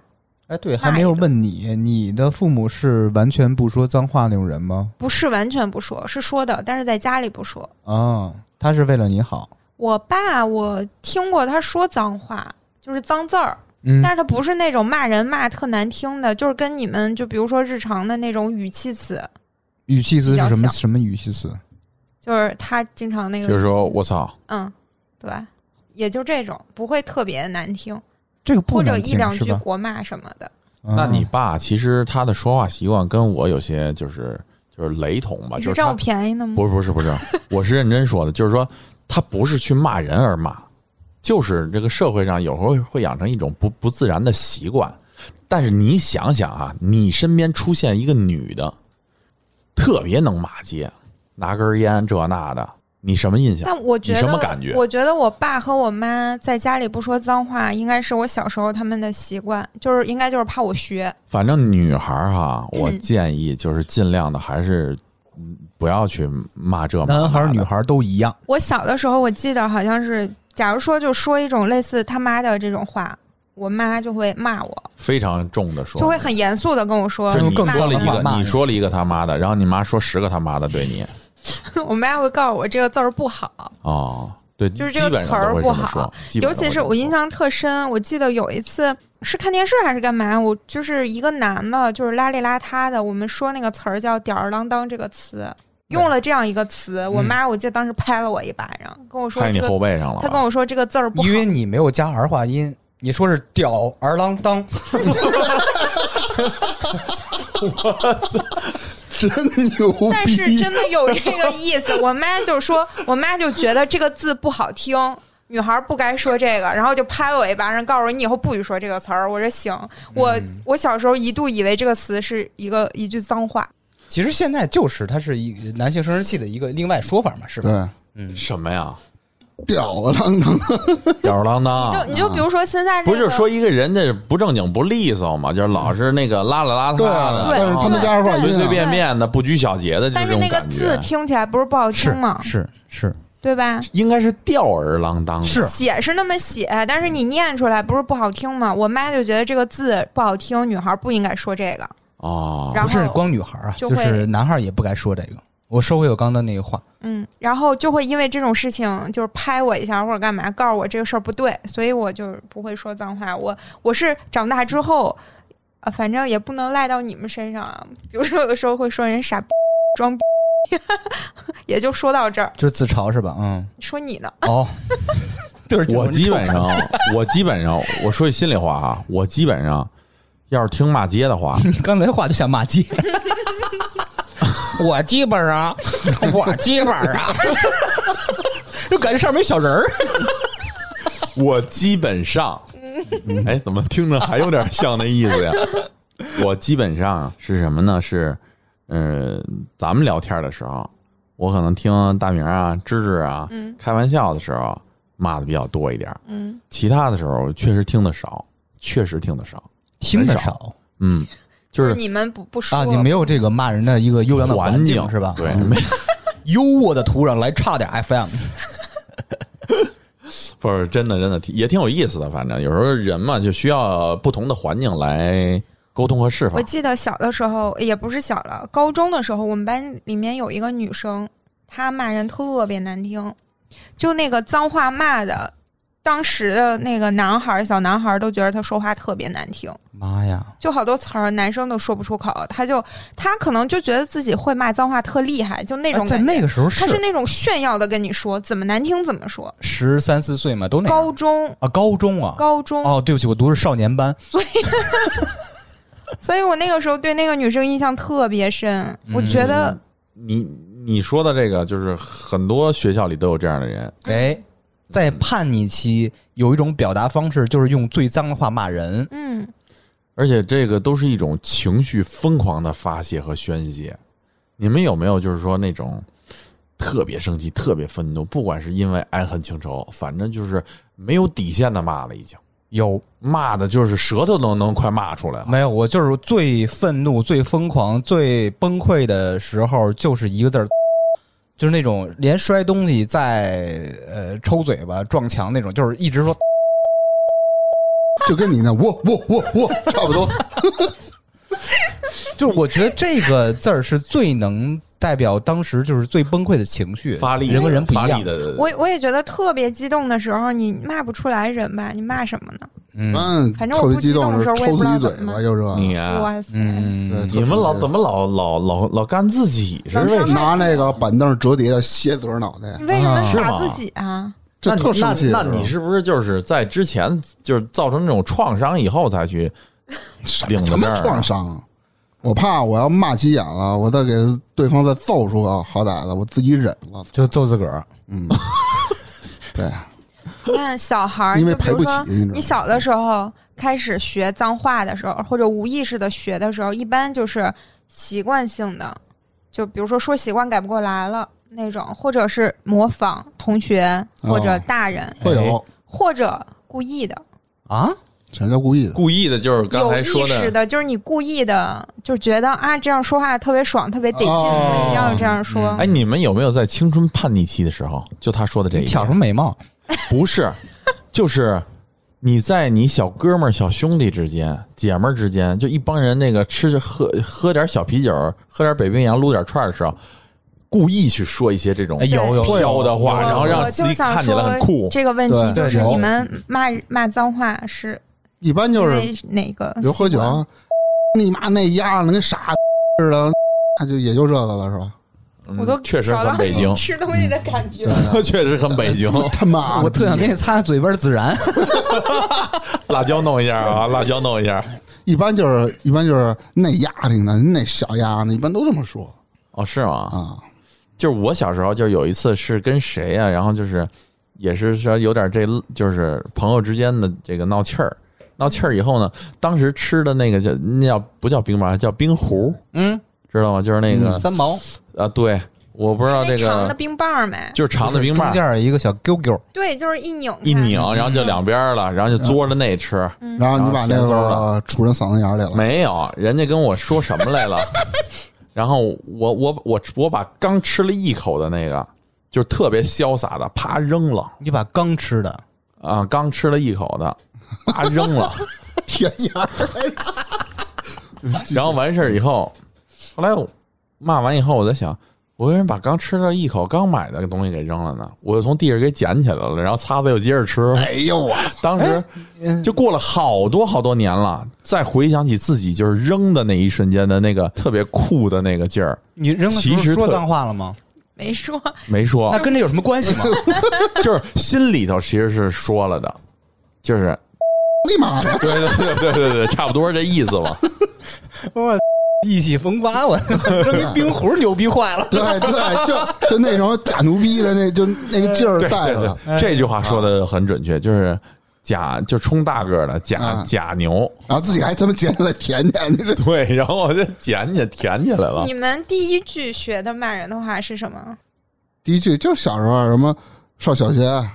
哎，对，还没有问你，你的父母是完全不说脏话那种人吗？不是完全不说，是说的，但是在家里不说。啊，他是为了你好。我爸，我听过他说脏话，就是脏字儿，嗯但是他不是那种骂人骂特难听的，就是跟你们就比如说日常的那种语气词，语气词是什比么较像什么语气词？就是他经常那个，就是说我操，嗯，对吧？也就这种，不会特别难听，这个或不者能一两听是句吧？国骂什么的。嗯那你爸其实他的说话习惯跟我有些就是就是雷同吧，你就是是占我他便宜呢吗？不是不是 不是，我是认真说的，就是说他不是去骂人而骂，就是这个社会上有时候会养成一种不不自然的习惯。但是你想想啊，你身边出现一个女的，特别能骂街，拿根烟这那的，你什么印象？但我觉得，你什么感觉我觉得我爸和我妈在家里不说脏话，应该是我小时候他们的习惯，就是应该就是怕我学。反正女孩儿哈，嗯我建议就是尽量的还是嗯不要去骂这骂那男孩儿的女孩儿都一样。我小的时候，我记得好像是，假如说就说一种类似他妈的这种话，我妈就会骂我，非常重的说，就会很严肃的跟我说就是你更说了一重的话个骂你你说了一个他妈的，然后你妈说十个他妈的对你我妈会告诉我这个字儿不好。哦，对，就是这基个本词上儿都会这不么好说，基本上尤其都是会这我么印说象特深，我记得有一次是看电视还是干嘛，我就是一个男的，就是邋里邋遢的。我们说那个词儿叫“吊儿郎当”这个词，用了这样一个词，我妈我记得当时拍了我一巴掌，跟我说嗯拍这你后个，背上了吧，她跟我说这个字儿不好因。为你没有加儿化音，你说是吊儿郎当，真牛逼！但是真的有这 个意思，我妈就说，我妈就觉得这个字不好听，女孩不该说这个，然后就拍了我一巴掌，告诉我你以后不许说这个词儿。我说行，我、嗯我小时候一度以为这个词是一个一句脏话，其实现在就是它是一男性生殖器的一个另外说法嘛，是吧？对，嗯什么呀？吊儿郎当的，吊儿郎当。就你就比如说现在、这啊不个、是说一个人家不正经不利索嘛，就是老是那个邋里邋遢对的啊，，对但是他们家话随音随啊，便便的，不拘小节的，就但这种是那个感字觉，听起来不是不好是听吗？是是对吧？应该是吊儿郎当的。是，写是那么写，但是你念出来不是不好听吗？我妈就觉得这个字不好听，女孩不应该说这个。哦，然不后是光女孩啊，就就会是男孩也不该说这个。我收回我刚才那个话，嗯，然后就会因为这种事情，就是拍我一下或者干嘛，告诉我这个事儿不对，所以我就不会说脏话。我我是长大之后，呃，反正也不能赖到你们身上啊。比如说有的时候会说人傻逼、装逼， 也就说到这儿。就是自嘲是吧？嗯，说你呢？哦， 对不起，我是基臭本男，上，我基本上，我说句心里话啊，我基本上要是听骂街的话你刚才话就想骂 街。我基本 上，我基本上， 就感觉上面有小人儿。我基本上，哎，怎么听着还有点像那意思呀？ 我基本上是什么呢？是，嗯、咱们聊天的时候，我可能听大明啊、芝芝啊、嗯开玩笑的时候骂的比较多一点儿，嗯，其他的时候确实听得少，确实听得少，听得得少少 嗯，就就是是你们不不说啊，你没有这个骂人的一个优良的环境是吧？对，没优渥的土壤来差点 FM，不是真的，真的挺也挺有意思的。反正有时候人嘛，就需要不同的环境来沟通和释我放。记得小的时候，也不是小了，高中的时候，我们班里面有一个女生，她骂人特别难听，就那个脏话骂的，当时的那个男孩儿、小男孩儿都觉得她说话特别难听，妈呀！就好多词儿男生都说不出口，她就她可能就觉得自己会骂脏话特厉害，就那哎种在感觉。那个时候她是那种炫耀的跟你说，怎么难听怎么说。十三四岁嘛，都那样高中，啊，高中啊，高中，哦，对不起，我读的是少年班，所以我那个时候对那个女生印象特别深，嗯我觉得你你说的这个，就是很多学校里都有这样的人，嗯哎，在叛逆期有一种表达方式，就是用最脏的话骂人。嗯，而且这个都是一种情绪疯狂的发泄和宣泄。你们有没有就是说那种特别生气、特别愤怒，不管是因为爱恨情仇，反正就是没有底线的骂了，已经有骂的就是舌头都能快骂出来了。没有？我就是最愤怒、最疯狂、最崩溃的时候，就是一个字儿， 就是那种连摔东西在呃抽嘴巴、撞墙那种，就是一直说 就跟你那我我我我差不多。就是我觉得这个字儿是最能代表当时就是最崩溃的情绪，发力人和人不一发样力。的，我我也觉得特别激动的时候，你骂不出来人吧？你骂什么呢？嗯嗯，反正我特别不激激动动的的时候时候我也抽不自知己道嘴怎么巴，又这你啊，哇塞！对嗯，你们老怎么老老老老干自己是为什么？拿那个板凳折叠的蝎子脑袋你，为什么啊打是吗自己啊？这特生气。那你那你是不是就是在之前就是造成这种创伤以后才 去什领么子什面么儿啊创伤啊？我怕我要骂急眼了，我再给对方再揍出个好歹的，我自己忍了。就揍自个儿。 嗯，对，你看小孩儿，因为就比如赔不说起你知道吗你小的时候开始学脏话的时候，或者无意识的学的时候，一般就是习惯性的，就比如说说习惯改不过来了那种，或者是模仿同学哦或者大人，会哎有或者故意的、啊，啥叫故意的？故意的？就是刚有才意说识的，就是你故意的，就觉得啊这样说话特别爽，特别得劲，哦所以要这样说。哎，你们有没有在青春叛逆期的时候，就他说的这一你抢什点？么美貌？不 是，就是你在你小哥们儿、小兄弟之间、姐们儿之间，就一帮人那个吃喝喝点小啤酒，喝点北冰洋，撸点串儿的时候，故意去说一些这种哎，有有有飘的话，我然后让我自就己想看起说来很酷。这个问题对就是对有你们骂骂脏话是一般因就是为哪个？比如喝酒，啊，你妈那丫的跟傻似的，那就也就这个了，是吧？ 嗯我都确实找到很北你京，吃东西的嗯感觉。 确实很北京。他妈的，我特想给你擦擦嘴边的孜然。辣椒弄一下啊，辣椒弄一下。一般就是一般就是那丫挺的，那小丫的，一般都这么说哦，是吗？啊。就是我小时候，就有一次是跟谁呀、然后就是也是说有点这，就是朋友之间的这个闹气儿。闹气儿以后呢，当时吃的那个叫那叫不叫冰棒，叫冰壶，嗯，知道吗？就是那个、三毛啊，对我不知道这那长的个冰棒儿没？就是长的冰中棒间有一个小揪揪，对，就是一拧开一拧，，然后就两边了，然后就嘬着那吃。嗯然后你把那然后甜丝儿个了杵人嗓子眼儿里 了，没有，人家跟我说什么来 了？然后我我我我把刚吃了一口的那个，就是特别潇洒的，啪扔了你把刚吃的，啊！刚吃了一口的，啪扔 了。天眼然后完事儿以后，后来我骂完以后，我在想，我为什么把刚吃了一口刚买的东西给扔了呢？我又从地上给捡起来了，然后擦擦又接着吃。哎呦我操！当时就过了好多好多年了，再回想起自己就是扔的那一瞬间的那个特别酷的那个劲儿，你扔的时其候实说特脏话了吗？没说。没说那，跟这有什么关系 吗？就是心里头其实是说了的，就是，立马的 对对对对对对，差不多这意思 吧。我意气风发， 我扔一冰壶牛逼坏了。对对，就就那种假牛逼的那就那个劲儿对带对着，对，这句话说的很准确，就是假就冲大个儿的假啊假牛，然后自己还他妈捡起来舔舔，你这 对，然后我就捡起来舔起来了你。们第一句学的骂人的话是什么？第一句就是小时候什么上小学啊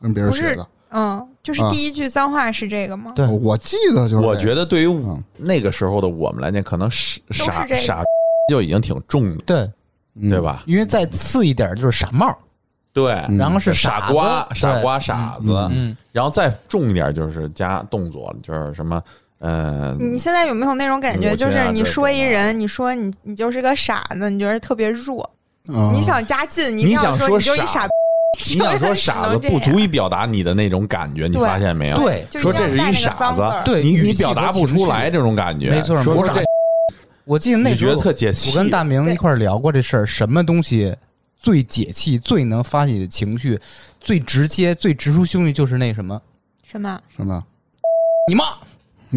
跟别人不是学的，嗯，就是啊第一句脏话是这个吗？对我记得就是这个，我觉得对于嗯那个时候的我们来讲，可能傻是傻这个傻就已经挺重的，对，嗯对？吧？因为再次一点就是傻帽，对，嗯然后是傻子瓜、傻，瓜、对傻子，嗯，然后再重一点就是加动作，就是什么，嗯、你现在有没有那种感我觉，觉就得啊是你这说种一啊人，你说你你就是个傻子，你觉得特别弱，嗯你想加劲，你一你定要想说说你就傻一傻逼， 你想说傻子不足以，以表达你的那种感觉，你对发现没有？对就说定要这是带一那个傻脏字儿子，对你语你气表达和不情出绪来这种感觉，没错说没这错我记得那你时觉候得特解气，我跟大明一块儿聊过这事儿，什么东西最解气、最能发泄你的情绪、最直接、最直抒胸臆，就是那什么，什么？什么？你妈！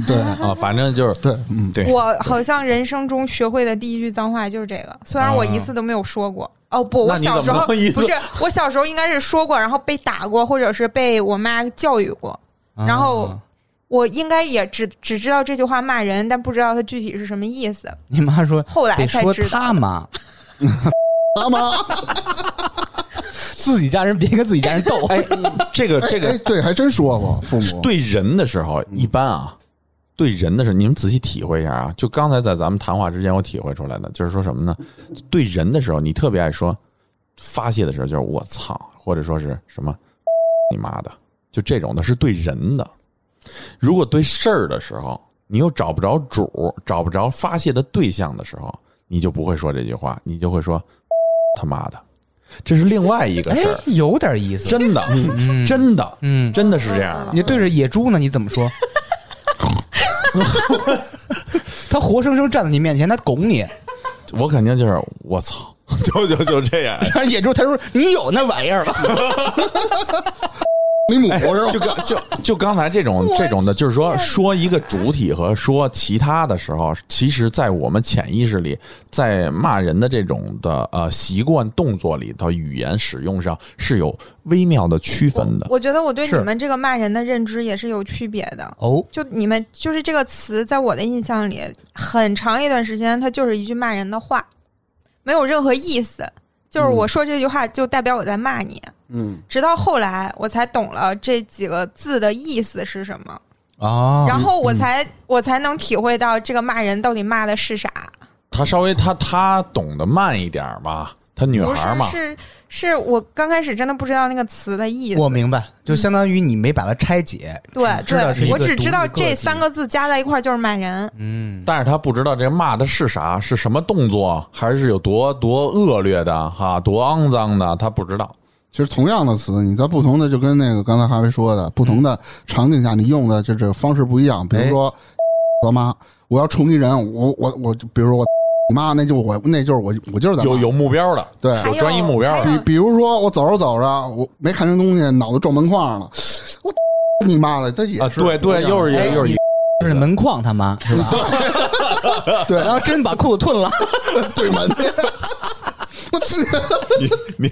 对 啊，反正就是对，嗯，对我好像人生中学会的第一句脏话就是这个，虽然我一次都没有说过。哦不，嗯那我你小时怎么候能一次不是我小时候应该是说过，然后被打过，或者是被我妈教育过。然后啊我应该也只只知道这句话骂人，但不知道它具体是什么意思。你妈说后来得才说知道，他妈，他妈，自己家人别跟自己家人斗。 哎，这个哎 这哎个对，还真说 过父母，对人的时候，嗯一般啊，对人的时候，你们仔细体会一下啊。就刚才在咱们谈话之间，我体会出来的就是说什么呢？对人的时候，你特别爱说发泄的时候，就是我操，或者说是什么你妈的，就这种的是对人的。如果对事儿的时候，你又找不着主，找不着发泄的对象的时候，你就不会说这句话，你就会说他妈的，这是另外一个事儿，哎有点意思，真的，真的，嗯，真的是这样的。你对着野猪呢，你怎么 说？他活生生站在你面前，他拱你，我肯定就是我操， 就就就这样，然后野猪他说：“你有那玩意儿吗你母是吧？就刚就就刚才这种这种的，就是说说一个主体和说其他的时候，其实，在我们潜意识里，在骂人的这种的呃习惯动作里头，语言使用上是有微妙的区分的。我觉得我对是你们这个骂人的认知也是有区别的？”。哦，就你们就是这个词，在我的印象里，很长一段时间，它就是一句骂人的话，没有任何意思。就是我说这句话，就代表我在骂你。嗯，直到后来，我才懂了这几个字的意思是什么，啊嗯然后我才我才能体会到这个骂人到底骂的是啥。他稍微他他懂得慢一点嘛，他女不是孩嘛，是是我刚开始真的不知道那个词的意思。我明白，就相当于你没把它拆解，嗯对只知道是一对，个我只知道独立个体这三个字加在一块儿就是骂人。嗯，但是他不知道这骂的是啥，是什么动作，还是有多多恶劣的哈，多肮脏的，他不知道。 其实同样的词，你在不同的就跟那个刚才哈维说的，不同的场景下你用的这这个方式不一样。比如哎说，他妈，我要冲击人，我我我，比如说我你妈，那就我那就是我我就是在骂有有目标的，对。还有专一目标还了有比比如说我走着走着，我没看清东西，脑子撞门框上了，我 你妈的，这也啊，是对对，又是一哎 个又是一个就是门框他妈是吧？对然后真把裤子褪了，对门去， 我去，你你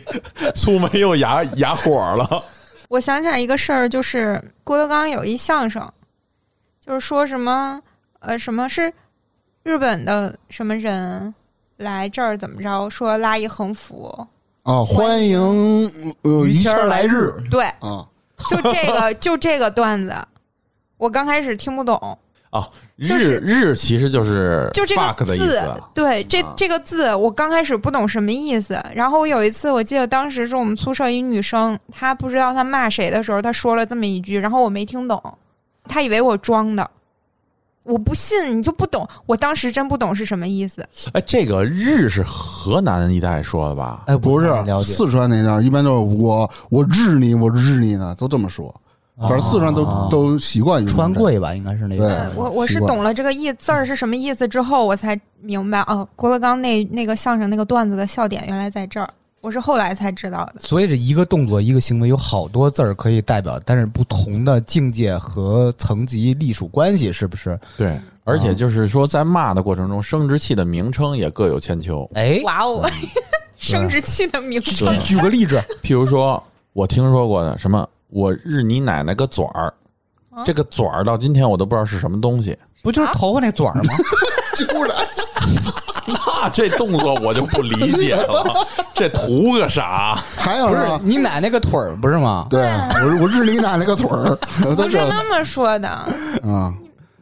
粗眉又哑哑火了，我想起来一个事儿，就是郭德纲有一相声，就是说什么呃什么是日本的什么人来这儿怎么着，说拉一横幅，啊，欢迎呃于于谦谦儿儿来来日对，啊，就这个就这个段子，我刚开始听不懂，啊，就日是日其实就是就这 fuck 个的意字思，，对，这啊这个字我刚开始不懂什么意思。然后我有一次，我记得当时是我们宿舍一女生，她不知道她骂谁的时候，她说了这么一句，然后我没听懂，她以为我装的，我不信，你就不懂。我当时真不懂是什么意思。哎，这个日是河南一带说的吧？ 哎，不是太了解，四川那边儿一般都是我我日你我日你呢，都这么说，反正四川都啊都习惯于这么川着贵吧，应该是那对个嗯，我我是习惯懂了这个意字儿是什么意思之后，我才明白哦，郭德纲那那个相声那个段子的笑点原来在这儿，我是后来才知道的。所以这一个动作一个行为有好多字儿可以代表，但是不同的境界和层级隶属关系是不是？对，而啊且就是说，在骂的过程中，生殖器的名称也各有千秋。哎，哇哦， 生殖器的名称对举个例子，譬如说，我听说过的什么“我日你奶奶个嘴儿”，啊这个嘴儿到今天我都不知道是什么东西。不就是头发那嘴儿 吗？就是那啊这动作我就不理解 了，这图个啥？还有不是呢，你奶奶个腿儿不是吗？对啊我我日你奶奶个腿 儿，不都是这那么说的，啊。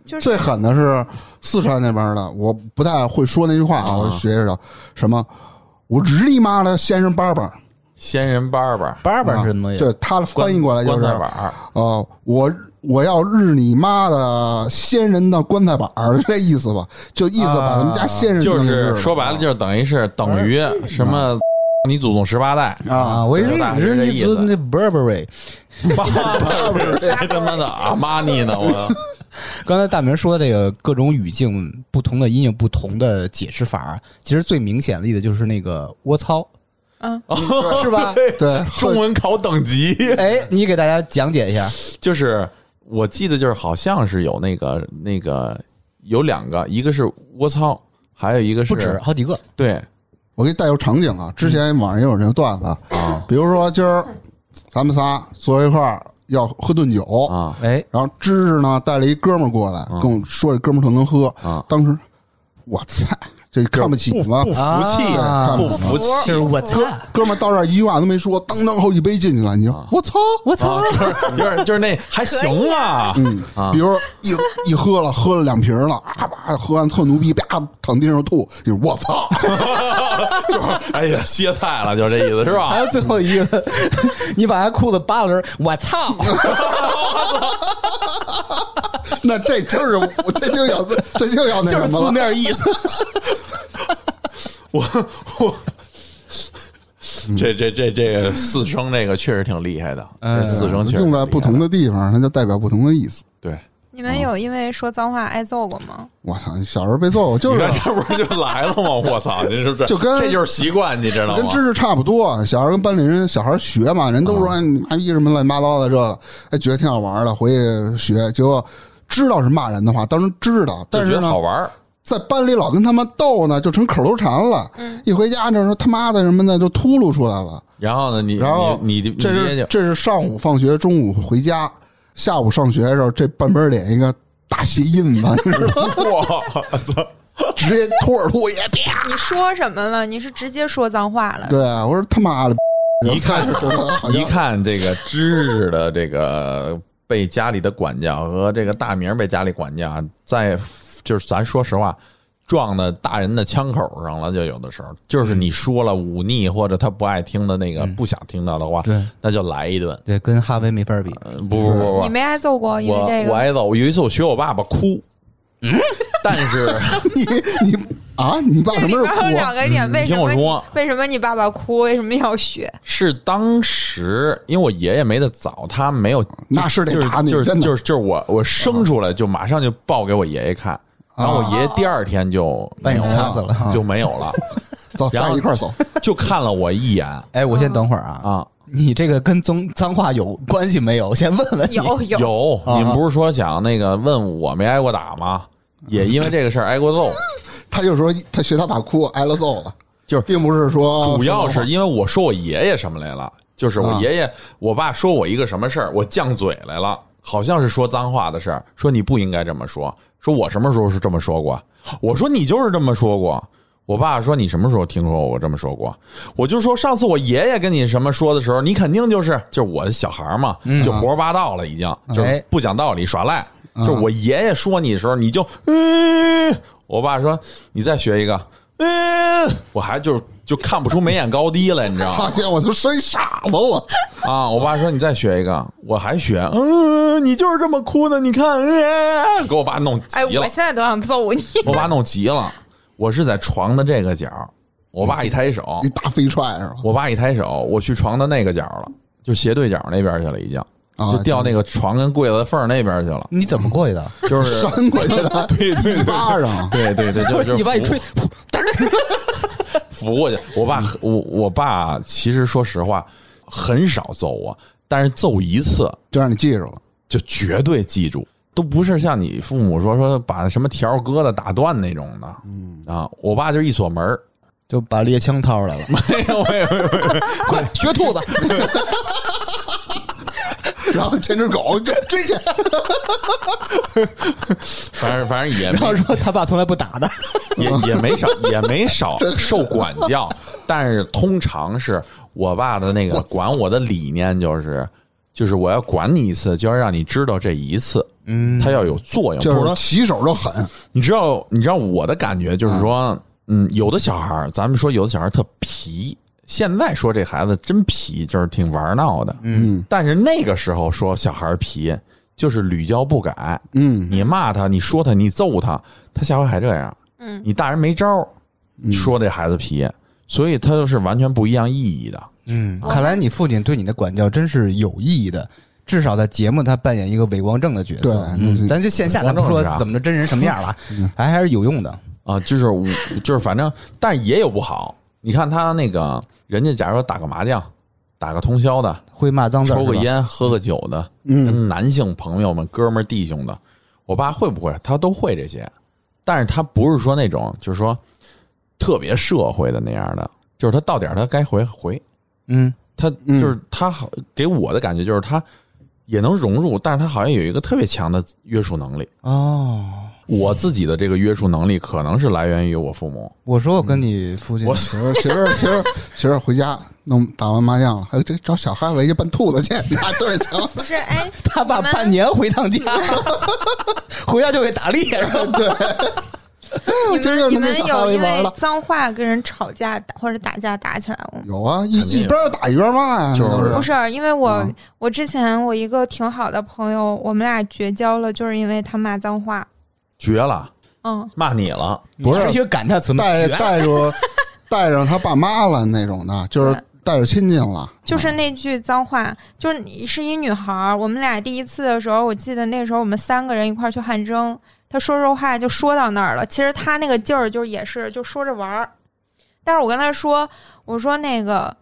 就是最狠的是四川那边的，我不太会说那句话啊，我学着什么，我日你妈的先生巴巴，仙人板板，叭叭啊是什么东西？这他翻译过来就是棺材板儿。哦，我我要日你妈的仙人的棺材板儿， 这意思吧？就意思把他们家仙人啊就弄进啊去是嗯了说白了，就是等于是等于什么？你祖宗十八 代，啊，啊，我一直这大以概为是你这说意那 Burberry。八代这他妈的阿玛尼呢？我刚才大明说这个各种语境、不同的音有不同的解释法，其实最明显的例子就是那个“我操嗯，”， 是吧？对，中文考等级，哎，你给大家讲解一下，就是我记得就是好像是有那个那个有两个，一个是我操，还有一个是不止好几个。对我给你带入场景啊，之前网上也有这个段子，啊比如说今儿咱们仨坐一块儿要喝顿酒，啊哎，然后芝芝呢带了一哥们儿过来，跟我说这哥们儿特能喝，啊，当时我操，这看不起吗不？服气啊，不服气，就是我操，哥们儿到这儿一句话都没说，当当后一杯进去了，你说啊我操！我操啊，就是就是就是那还行啊，嗯啊，比如一一喝了，喝了两瓶了，啊吧，喝完特牛逼，啪躺地上吐，你说我操！ 就是哎呀歇菜了，就是这意思是还吧？有最后一个， 你把他裤子扒了，我操！那这就是我这就要这就要 那就是什么字了，面意思。我我。嗯这这这这个四声这个确实挺厉害的，嗯这四声确实挺哎用在不同厉害的地方，它就代表不同的意思。的对。你们有因为说脏话挨揍过吗？我操，小时候被揍就你是看这不是就来了吗？我操，您是不是就跟这就是习惯，你知道跟吗知？识差不多，啊小孩儿跟班里人小孩儿学嘛，人都哦说哎你妈逼什么乱七八糟的这个，哎觉得挺好玩儿的，回去学，结果知道是骂人的话，当时知道，但就觉是得呢好，玩儿在班里老跟他们斗呢，就成口头禅了。一回家这时候他妈的什么的就秃噜出来了，然后呢，你然后你你你这爹是就这是上午放学，中午回家，下午上学的时候，这半边脸一个大鞋印子，你知道吗 哇，直接吐耳吐也啪。你说什么了？你是直接说脏话了？对，我说他妈的，啊一看就好像一看这个知识的这个被家里的管教和这个大名被家里管教，在就是咱说实话。撞到大人的枪口上了，就有的时候就是你说了忤逆或者他不爱听的那个、不想听到的话，对那就来一顿。对，跟哈维没法比。呃不不不不，你没挨揍过，因为我这我个。嗯挨揍，我有一次我学我爸爸哭，但是你你啊，你爸这什么里时候边有哭两啊？个点，为什你听么我说为什么你爸爸哭？为什么要学？是当时因为我爷爷没得早，他没有，那是得就是打你就是真的就是就是我我生出来就马上就抱给我爷爷看，然后我爷爷第二天就把没你有掐死了。啊就没有 了，走，然大后家一块儿走。就看了我一眼哎，我先等会儿啊，啊。 你这个跟脏脏话有关系没有？我 先问问你。哦有有有，啊你们不是说想那个问我没挨过打吗？也因为这个事儿挨过揍，他就说他学他爸哭，挨了揍了，就是并不哦是说主要说是因为我说我爷爷什么来了，就是我啊爷爷，我爸说我一个什么事儿，我犟嘴来了，好像是说脏话的事儿，说你不应该这么说，说我什么时候是这么说过？我说你就是这么说过。我爸说你什么时候听说我这么说过？我就说上次我爷爷跟你什么说的时候，你肯定就是就是我的小孩嘛，就胡说八道了，已经就是不讲道理耍赖。嗯就是我爷爷说你的时候，你就嗯，我爸说你再学一个，嗯，我还就是就看不出眉眼高低来，你 知道吗看？见我就生一傻子，我啊！我爸说你再学一个，我还学，嗯，你就是这么哭呢，你看，嗯、给我爸弄急哎，我了，现在都想揍你。 我爸弄急了。我是在床的这个角，我爸一抬 手一，大飞踹是吧？我爸一抬手，我去床的那个角了，就斜对角那边去了，已经啊就掉那个床跟柜子缝儿那边去了，你怎么过去 的？ 就是扇过去的， 对对一对巴掌，对对对，就就你把你扶吹，噗嘚儿扶过去。我爸，我我爸其实说实话很少揍我，但是揍一次就让你记住了。就绝对记住，都不是像你父母说说把什么条疙瘩打断那种的。嗯啊，我爸就一锁门儿 就把猎枪掏出来了。 没有没有没有没有 快学兔子， 然后牵只狗追追 去，反正反正也 然没后说他爸从来不打的，也也没少也没少受管教，但是通常是我爸的那个管我的理念就是。就是我要管你一次，就要让你知道这一次，嗯，它要有作用，就不能是起手就狠，你知道，你知道我的感觉就是说，嗯，有的小孩儿，咱们说有的小孩儿特皮，现在说这孩子真皮，就是挺玩闹的，嗯，但是那个时候说小孩儿皮，就是屡教不改，嗯，你骂他，你说他，你揍他，他下回还这样，嗯，你大人没招儿，说这孩子皮，所以他就是完全不一样意义的，嗯，看来你父亲对你的管教真是有意义的，至少在节目他扮演一个伪光正的角色。对嗯，咱就线下咱不伪说光正是啥嗯怎么着真人什么样了，还还是有用的。啊，就是我就是反正，但也有不好。你看他那个人家，假如说打个麻将，打个通宵的，会骂脏字儿，抽个是吧，嗯烟、喝个酒的，嗯跟男性朋友们、哥们儿、弟兄的，我爸会不会？他都会这些，但是他不是说那种，就是说特别社会的那样的，就是他到点儿他该回回，嗯，他就是他好给我的感觉就是他也能融入，但是他好像有一个特别强的约束能力。哦，我自己的这个约束能力可能是来源于我父母，我说我跟你父亲我媳妇儿媳妇儿媳妇儿媳妇儿回家弄打完麻将了，还有这找小哈维去扮兔子去，拿对着墙， 不是哎，他爸我们半年回趟 家，回家就给打猎，是吧你今儿又们你能跟们小哈有维因玩为了。脏话跟人吵架打或者打架打起来过吗？有啊，一肯定一有边打一边骂呀，就是那不都是，因为我、啊我之前我一个挺好的朋友，我们俩绝交了，就是因为他骂脏话。绝了，嗯，骂你了，不是你一个感叹词吗？ 带绝了带着带着他爸妈了那种的，就是带着亲戚了，嗯就是那句脏话，就是你是一女孩儿。我们俩第一次的时候，我记得那时候我们三个人一块儿去汗蒸，她说说话就说到那儿了。其实她那个劲儿就也是就说着玩儿，但是我跟她说，我说那个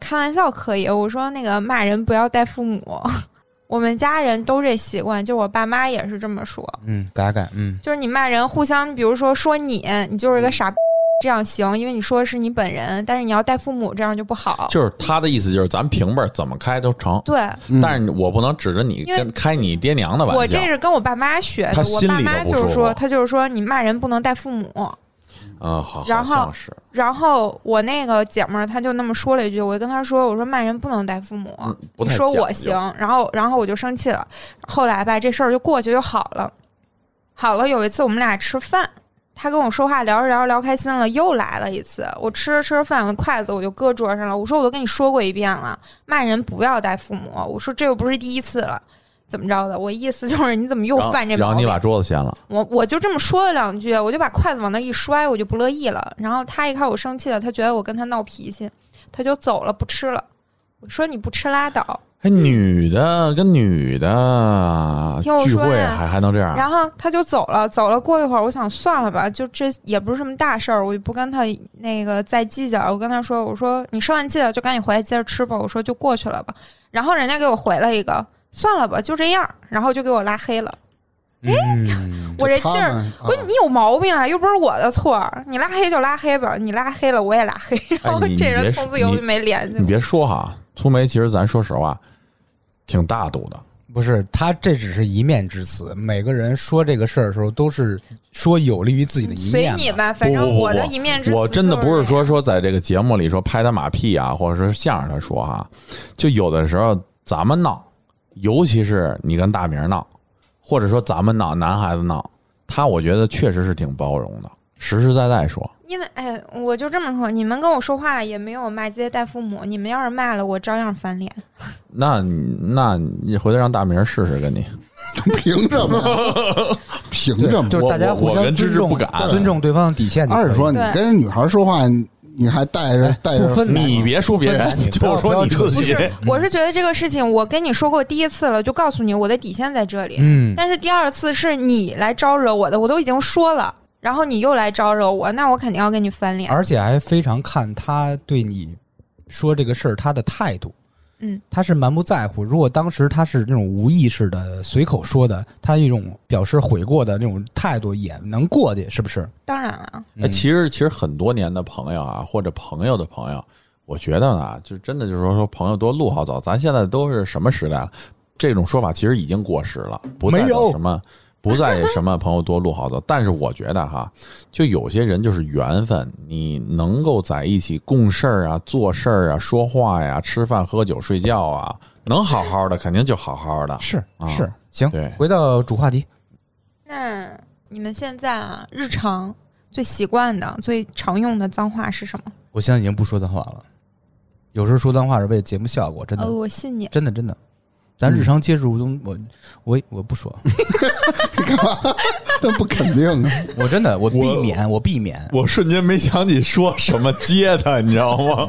开玩笑可以，我说那个骂人不要带父母， 我们家人都这习惯，就我爸妈也是这么说。嗯，改改，嗯，就是你骂人，互相，比如说说你，你就是一个傻逼，这样行，因为你说的是你本人，但是你要带父母，这样就不好。就是他的意思就是咱平辈儿怎么开都成，对嗯但是我不能指着你因为跟开你爹娘的玩笑。我这是跟我爸妈学他的，我心爸里妈头不就是说说，我他就是说你骂人不能带父母。嗯，好，然后好像是然后我那个姐们儿，她就那么说了一句，我就跟她说，我说骂人不能带父母，嗯不啊你太说讲我究行，，然后然后我就生气了。后来吧，这事儿就过去就好了。好了，有一次我们俩吃饭，他跟我说话聊着聊着聊开心了，又来了一次。我吃着吃着饭，我的筷子我就搁桌上了。我说我都跟你说过一遍了，骂人不要带父母。我说这又不是第一次了，怎么着的？我意思就是你怎么又然后犯这然毛后你病把？桌子掀了，我我就这么说了两句，我就把筷子往那一摔，我就不乐意了。然后他一看我生气了，他觉得我跟他闹脾气，他就走了，不吃了。我说你不吃拉倒。哎，女的跟女的听我聚说会呀还还能这样？然后他就走了，走了。过一会儿，我想算了吧，就这也不是什么大事儿，我就不跟他那个再计较。我跟他说：“我说你生完气了就赶紧回来接着吃吧。”我说就过去了吧。然后人家给我回了一个：“算了吧，就这样。”然后就给我拉黑了。哎嗯，我这劲儿，儿我说你有毛病啊，又不是我的错儿，你拉黑就拉黑吧，你拉黑了我也拉黑，然后哎你这你人别从此以后你就没联系你了。别说哈，粗梅其实咱说实话挺大度的，不是，他这只是一面之词。每个人说这个事儿的时候，都是说有利于自己的一随面嘛。你吧，反不正不我不的不一面之词、我真的不是，说说在这个节目里说拍他马屁啊，或者说相声他说哈、就有的时候咱们闹，尤其是你跟大明闹，或者说咱们闹，男孩子闹，他我觉得确实是挺包容的，实实在在说。因为哎，我就这么说，你们跟我说话也没有骂街带父母，你们要是骂了我，照样翻脸。嗯那你那你回头让大明试试跟你， 凭什么呀？ 凭什么？就是大家我我互我相跟芝尊芝重，不敢尊重对方的底线就可以。二是说你对跟女孩说话，你还带着带着不分男 哎你别说别人不分，你不 就要不说要你扯自不己。是，我是觉得这个事情，我跟你说过第一次了，就告诉你我的底线在这里。嗯，但是第二次是你来招惹我的，我都已经说了，然后你又来招惹我，那我肯定要跟你翻脸。而且还非常看他对你说这个事儿他的态度。嗯，他是蛮不在乎。如果当时他是那种无意识的、随口说的，他一种表示悔过的那种态度也能过去，是不是？当然了，嗯哎，其实其实很多年的朋友啊，或者朋友的朋友，我觉得呢，就真的就是说说朋友多路好走。咱现在都是什么时代了？这种说法其实已经过时了，不再没有什么不再什么朋友多路好走。但是我觉得哈，就有些人就是缘分，你能够在一起共事儿啊、做事儿啊、说话呀、吃饭、喝酒、睡觉啊，能好好的肯定就好好的。是啊是，行对，回到主话题，那你们现在啊，日常最习惯的、最常用的脏话是什么？我现在已经不说脏话了。有时候说脏话是为了节目效果，真的，哦，我信你。真的，真的。咱日常接触中，我我我 不说，那不肯定啊。 我真的我避免，我避免，我瞬间没想起说什么接他，你知道吗？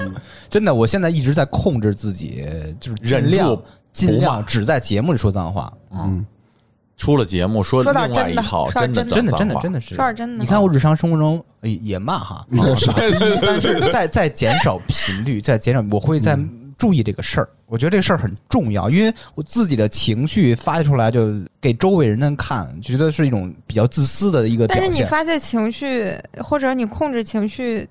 真的，我现在一直在控制自己，就是忍尽量住尽不骂量只在节目里说脏话。嗯， 出了节目说说另到外真一的套，说到的真的真的脏真的话真的是说点真的你看我日常生活中呃也骂 哈，你也傻，但是 在在减少频率，在减少，我会在嗯注意这个事儿。我觉得这个事儿很重要，因为我自己的情绪发泄出来，就给周围人能看，觉得是一种比较自私的一个表但是你现。发泄情绪，或者你控制情绪，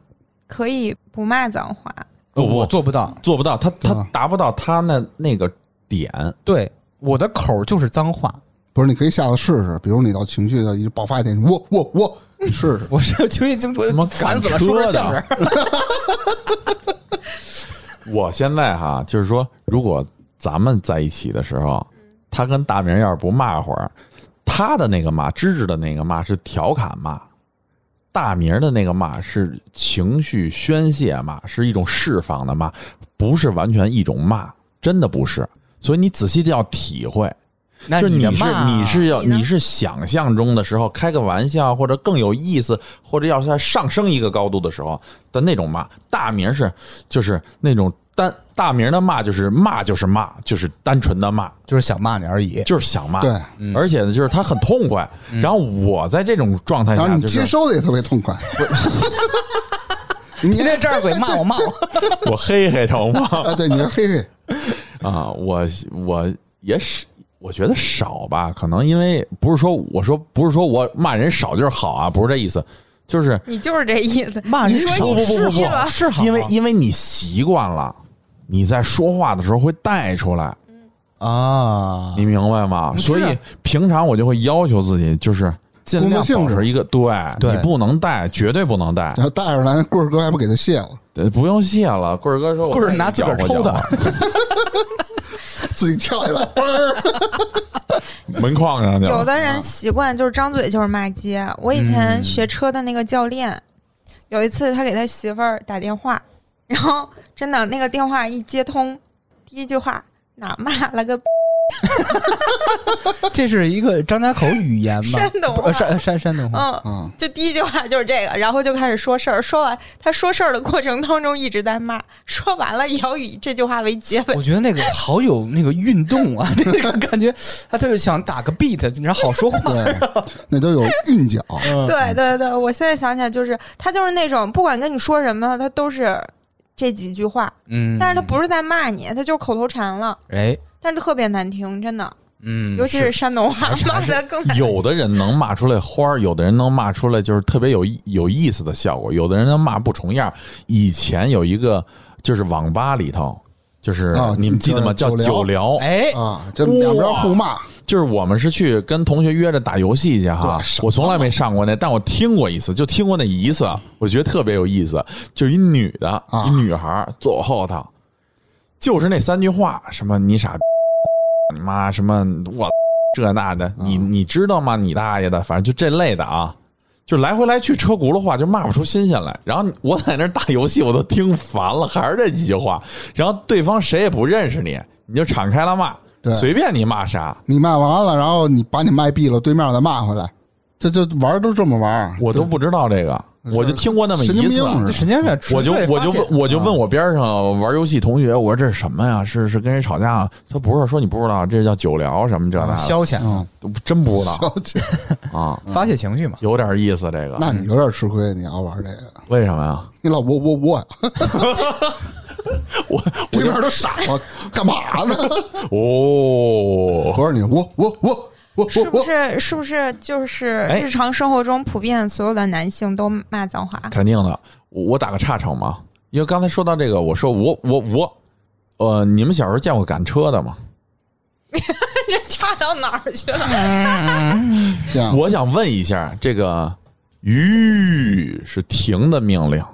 可以不骂脏话。不不呃我做不到， 做不到，他他啊达不到他那那个点。对我的口儿就是脏话，不是？你可以下次试试，比如你到情绪到一爆发一点，我我我，你试 试。我是就 已经怎么我烦死了，敢说说的啊着相声， 我现在哈，就是说，如果咱们在一起的时候，他跟大明要是不骂会儿，他的那个骂，芝芝的那个骂是调侃骂，大明的那个骂是情绪宣泄骂，是一种释放的骂，不是完全一种骂，真的不是。所以你仔细的要体会，那就是的你是骂你是要你呢你是想象中的时候开个玩笑，或者更有意思，或者要再上升一个高度的时候的那种骂。大名是就是那种单大名的骂，就是骂就是骂，就是单纯的骂，就是想骂你而已。就是想骂。对，而且呢，就是他很痛快。然后我在这种状态然后下，嗯你哎就是接收的也特别痛快。你天天张着嘴骂我骂 我， 我嘿嘿着骂啊，对，你说嘿嘿，啊，我我也是。我觉得少吧，可能因为不是说我说不是说我骂人少就是好啊，不是这意思，就是你就是这意思。骂你人说少你不不试不不试了，是好，啊因为因为你习惯了，你在说话的时候会带出来，嗯啊，你明白吗？是所以平常我就会要求自己，就是尽量工作性保质持一个对，对你不能带，绝对不能带，然后带上来棍儿哥还不给他卸了，呃不用谢了。棍儿哥说我，棍儿拿自个儿抽的，自己跳下来，嘣 儿门框上去了。有的人习惯就是张嘴就是骂街。我以嗯前学车的那个教练，有一次他给他媳妇儿打电话，然后真的那个电话一接通，第一句话哪骂了个 这是一个张家口语言吗？山东不呃话，山山山东话，嗯，啊！就第一句话就是这个，然后就开始说事儿。说完他说事儿的过程当中一直在骂，说完了也要以这句话为结尾。 我觉得那个好有那个运动啊， 这个感觉，他就是想打个 beat，然后好说 话。对，那都有韵脚，对对对，我现在想起来就是他就是那种不管跟你说什么，他都是这几句话，嗯，但是他不是在骂你，他就是口头禅了，哎，但是特别难听，真的，嗯，尤其是山东话骂的更难。有的人能骂出来花儿，有的人能骂出来就是特别有意有意思的效果，有的人能骂不重样儿。以前有一个就是网吧里头就是啊你们记得吗？就叫是九酒聊，哎，啊，就两边互骂，就是我们是去跟同学约着打游戏去哈对什，么我从来没上过那，但我听过一次，就听过那一次，我觉得特别有意思。就一女的，啊一女孩儿坐我后头，就是那三句话，什么你傻逼，你妈，什么我这那啊的，你你知道吗？你大爷的，反正就这类的啊。就来回来去车轱辘话，就骂不出新鲜来。然后我在那儿打游戏，我都听烦了，还是这几句话。然后对方谁也不认识你，你就敞开了骂，对随便你骂啥。你骂完了，然后你把你麦闭了，对面再骂回来，这这玩儿都这么玩儿，我都不知道这个，我就听过那么嗯神经一次，病这似的神经病，我就纯粹我就发泄问我就问我边上玩游戏同学，我说这是什么呀？是是跟人吵架啊？他不是说你不知道，这叫酒聊什么这那的，消遣、嗯，真不知 小道姐，啊，发泄情绪嘛。有点意思这个，那你有点吃亏，你要玩这个，为什么呀？你老我我我，我对面都傻了，干嘛呢？ 我哦，说你我我我我是我不我，是是不是就是哎日常生活中普遍所有的男性都骂脏话？肯定的，我我打个岔场嘛，因为刚才说到这个，我说我我我，呃，你们小时候见过赶车的吗？这 差到哪儿去了？这啊样我想问一下，这个“吁”是停的命令，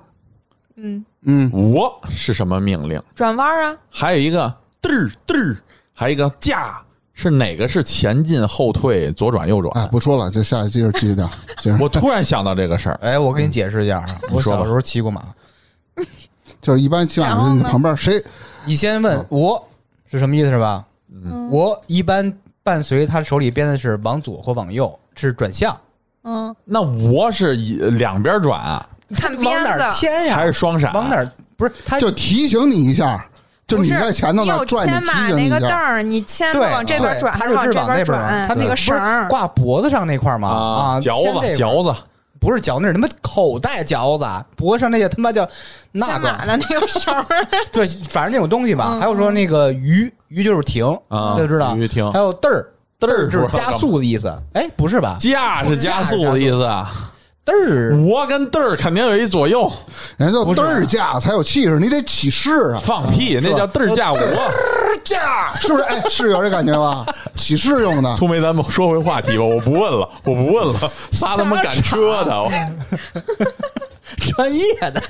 嗯，嗯，我是什么命令？转弯儿啊，还有一个嘚儿嘚儿，还有一个驾，是哪个是前进、后退、左转、右转？啊哎，不说了，这下接着继续 聊，接着我突然想到这个事 儿，哎，我给你解释一下，啊，我说吧小时候骑过马。就是一般起码然后是你呢旁边谁你先问我是什么意思是吧？嗯我一般伴随他手里编的是往左或往右，是转向，嗯，那我是一两边转啊看往鞭哪儿子，牵呀？还是双闪？往哪？儿？不是他就提醒你一下，就啊不你是在前头你那有儿转，牵你提马醒你那一个凳下。儿，你牵着对往这边对转，他还就往是这往那边转，他那个绳儿，挂脖子上那块儿嘛啊，牵嚼这子个嚼子，不是嚼，那是他妈口袋嚼子，啊脖子上那个他妈叫那牵个马的那个绳儿， 对，反正那种东西吧。嗯还有说那个鱼鱼就是停，啊大家知道鱼停还有嘚儿嘚儿儿就是不知道加速的意思，哎，不是吧？驾是加速的意思啊。嘚儿我跟嘚儿肯定有一左右，人家不叫是嘚儿架才有气势，你得起势 啊！放屁，那叫嘚儿啊驾我。架是不是？哎，是有这感觉吧？起势用 的，粗梅，咱们说回话题吧，我不问了，我不 问了，仨他妈赶车的，我专业的，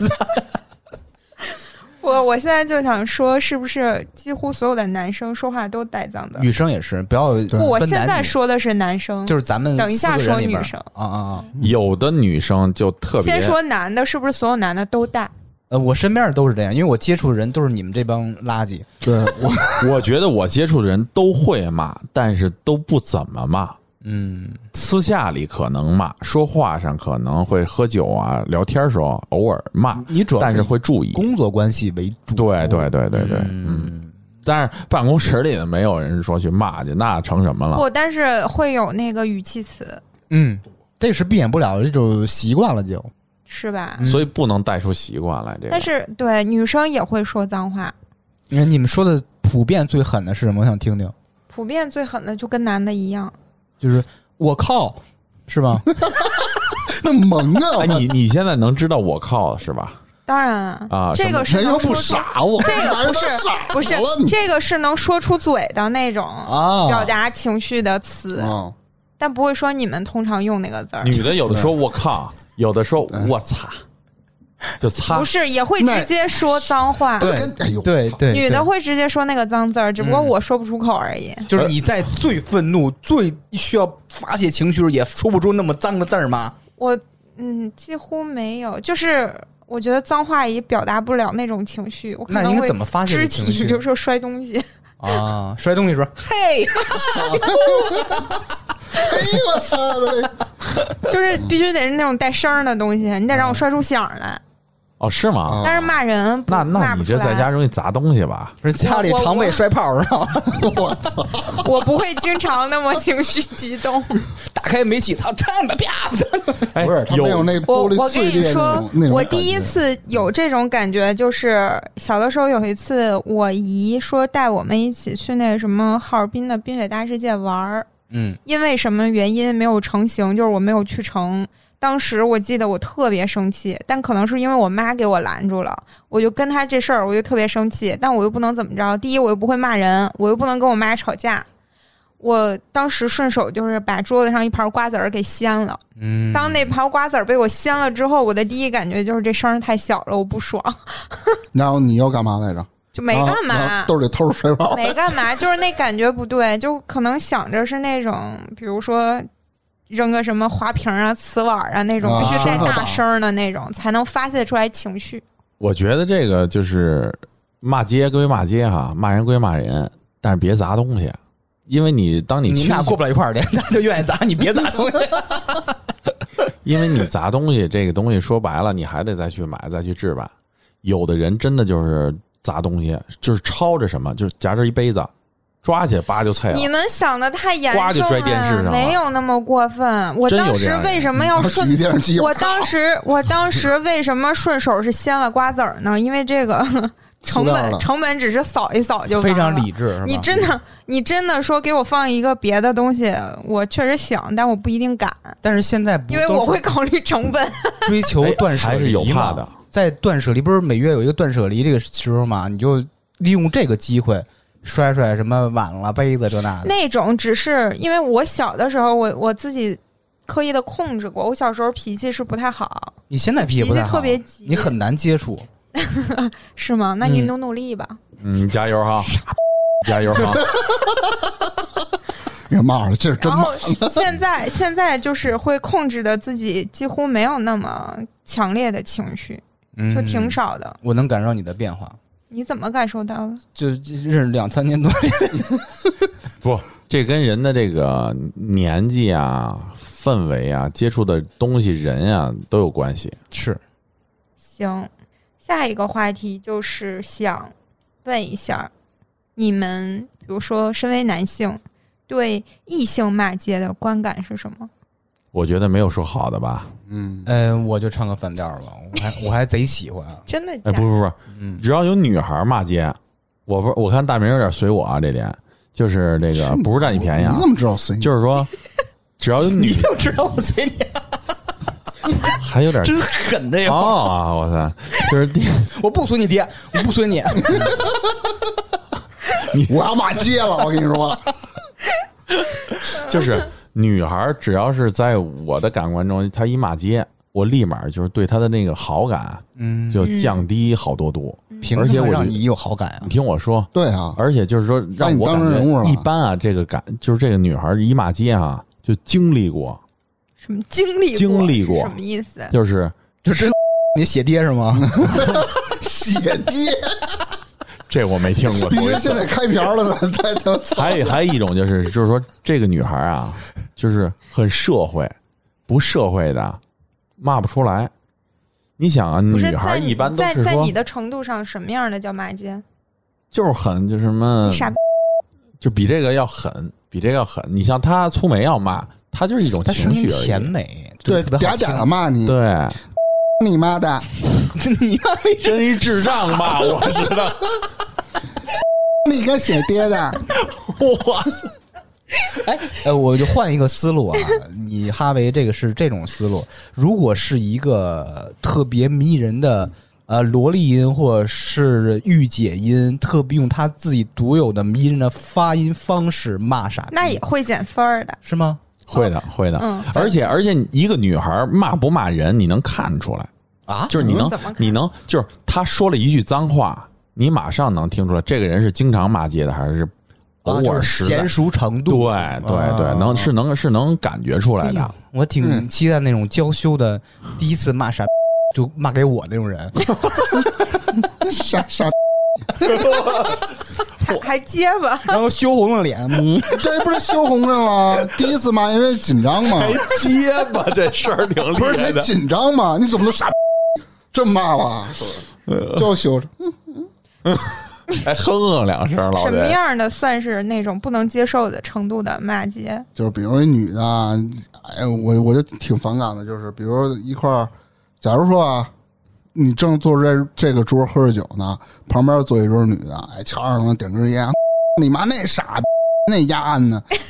我我现在就想说，是不是几乎所有的男生说话都带脏的？女生也是，不要对不，我分现男在女说的是男生，就是咱们等一下四个人说里边女生啊啊啊！有的女生就特别先说男的，是不是所有男的都带？呃，我身边的都是这样，因为我接触的人都是你们这帮垃圾。对我我觉得我接触的人都会骂，但是都不怎么骂。嗯，私下里可能骂，说话上可能会喝酒啊、聊天时候偶尔骂，你主要但是会注意。工作关系为主。对对对对对，嗯。嗯，但是办公室里的没有人说去骂去，那成什么了？不，但是会有那个语气词，嗯，这是避免不了的这种习惯了就。是吧？嗯所以不能带出习惯来。这个，但是对女生也会说脏话，因为你们说的普遍最狠的是什么？我想听听，普遍最狠的就跟男的一样，就是我靠，是吧？那萌啊！哎，你你现在能知道我靠是吧？当然啊，啊这个是人能又说不出傻，我这个哪有不他是傻 不是了你这个是能说出嘴的那种 啊表达情绪的词，啊！但不会说你们通常用那个字儿，女的有的说我靠，有的说嗯我擦，就擦不。是也会那直接说脏话。对哎呦对对，女的对嗯会直接说那个脏字儿，只不过我说不出口而已。就是你在最愤怒、最需要发泄情绪时，也说不出那么脏的字儿吗？我嗯，几乎没有，就是我觉得脏话也表达不了那种情绪。我可那能应该会怎么发泄肢这情体，绪比如说摔东西，啊？摔东西时候，嘿，哎呦我操！ 就是必须得是那种带声儿的东西，你得让我摔出响儿来。哦，是吗？但是骂人不，那骂那不你出这在家来，容易砸东西吧？不是家里我我常备摔炮是吧？我操！我不会经常那么情绪激动。打开煤气，操，他妈啪！哎，不是，他没有那我玻璃我跟碎你裂那说种那，种我感觉第一次有这种感觉，就是小的时候有一次，我姨说带我们一起去那什么哈尔滨的冰雪大世界玩儿，嗯因为什么原因没有成行，就是我没有去成。当时我记得我特别生气，但可能是因为我妈给我拦住了，我就跟她这事儿我就特别生气，但我又不能怎么着。第一，我又不会骂人，我又不能跟我妈吵架。我当时顺手就是把桌子上一盘瓜子儿给掀了。嗯当那盘瓜子儿被我掀了之后，我的第一感觉就是这声儿太小了，我不爽，然后你又干嘛来着？啊就没干嘛。然后兜里偷着水宝。没干嘛，就是那感觉不对，就可能想着是那种，比如说扔个什么花瓶啊、瓷碗啊那种，啊必须带是的大声儿的那种，才能发泄出来情绪。我觉得这个就是骂街归骂街哈，骂人归骂人，但是别砸东西，因为你当你你们情俩绪过不了一块儿去， 他就愿意砸你，别砸东西。 因为你砸东西，这个东西说白了，你还得再去买，再去置办。有的人真的就是砸东西，就是抄着什么，就是夹着一杯子，抓起来叭就碎了你。们想的太严哎呱就重拽电视上了没有那么过分。我真有当这时样的为什么要顺洗？电视机，我操当时，我当时为什么顺手是掀了瓜子儿呢？因为这个 塑成料本的成本只是扫一扫就完非常了理智，是吧嗯你真的，你真的说给我放一个别的东西，我确实想，但我不一定敢，但是现在不因为都是我会考虑 成本。追求断舍离嘛哎还是有怕的。在断舍离不是每月有一个断舍离这个时候嘛，你就利用这个机会摔摔什么碗了、杯子这那的。那种只是因为我小的时候我，我自己刻意的控制过，我小时候脾气是不太好，你现在脾脾气不气太好特别急，你很难接触。是吗？那你嗯努努力吧。嗯，加油哈，加油 哈！别骂了，这是真然骂后 现在现在就是会控制的自己几乎没有那么强烈的情绪，嗯就挺。少的。我能感受你的变化，你怎么感受到的？就就认识两三年多，不，这跟人的这个年纪啊、氛围啊、接触的东西、人啊都有关系。是行，下一个话题就是想问一下，你们比如说身为男性，对异性骂街的观感是什么？我觉得没有说好的吧？嗯，嗯、我就唱个反调吧，我还我还贼喜欢，啊真的假哎，的？不是不是，嗯，只要有女孩骂街，我不我看大明有点随我啊，这点就是这个是吗不是占你便宜啊你，怎么知道随你？就是说只要有女就知道我随你还有点真狠这个，哦啊，我操，就是第 我不随你爹，我不随你，我要骂街了，我跟你说，就是女孩，只要是在我的感官中，她一骂街，我立马就是对她的那个好感嗯，就降低好多度。凭而且什么我觉让得你有好感啊 你？听我说，对 啊，而且就是说把让你我当感成人物觉了一般啊，这个感就是这个女孩一骂街啊，就经历过，什么经历经历过是什么意思？ 就是就真你写爹是吗？嗯血爹，这我没听过。必须现在开瓢了，再再还有还有一种就是，就是说这个女孩啊，就是很社会，不社会的骂不出来。你想啊，不女是孩在一般都在是在说你，的程度上，什么样的叫骂街？就是很就是什么你，傻逼，就比这个要狠，比这个要狠。你像她粗眉要骂，她就是一种他情声音绪而甜已。美，对特别嗲好嗲的骂你，对， 你妈的，听。 你妈为什真一智障骂 我知道，你个血爹的，我哎， 呃，我就换一个思路啊，你哈维这个是这种思路。如果是一个特别迷人的呃萝莉音或者是御姐音，特别用她自己独有的迷人的发音方式骂傻逼，那也会减分儿的。是吗？会的会的嗯，而且而且一个女孩骂不骂人，你能看出来。啊，就是你能怎么看，你能，就是他说了一句脏话，你马上能听出来，这个人是经常骂街的，还是偶啊就尔是时的娴？熟程对度，啊对对，能是能是能感觉出来哎的呦。我挺嗯期待那种娇羞的，第一次骂傻逼就骂给我那种人。傻 傻，还还结巴，然后羞红了脸， 嗯，这不是羞红着吗？第一次骂，因为紧张嘛，结巴这事儿挺不是你紧张吗？你怎么能傻？这么骂吧，呃就羞着，还哼哼两声，老什么得样的算是那种不能接受的程度的骂街？就是比如一女的啊，哎，我我就挺反感的，就是比如一块儿，假如说啊，你正坐这这个桌喝着酒呢，旁边坐一 桌女的，哎，瞧着他妈顶根烟，你妈那傻逼，那丫呢？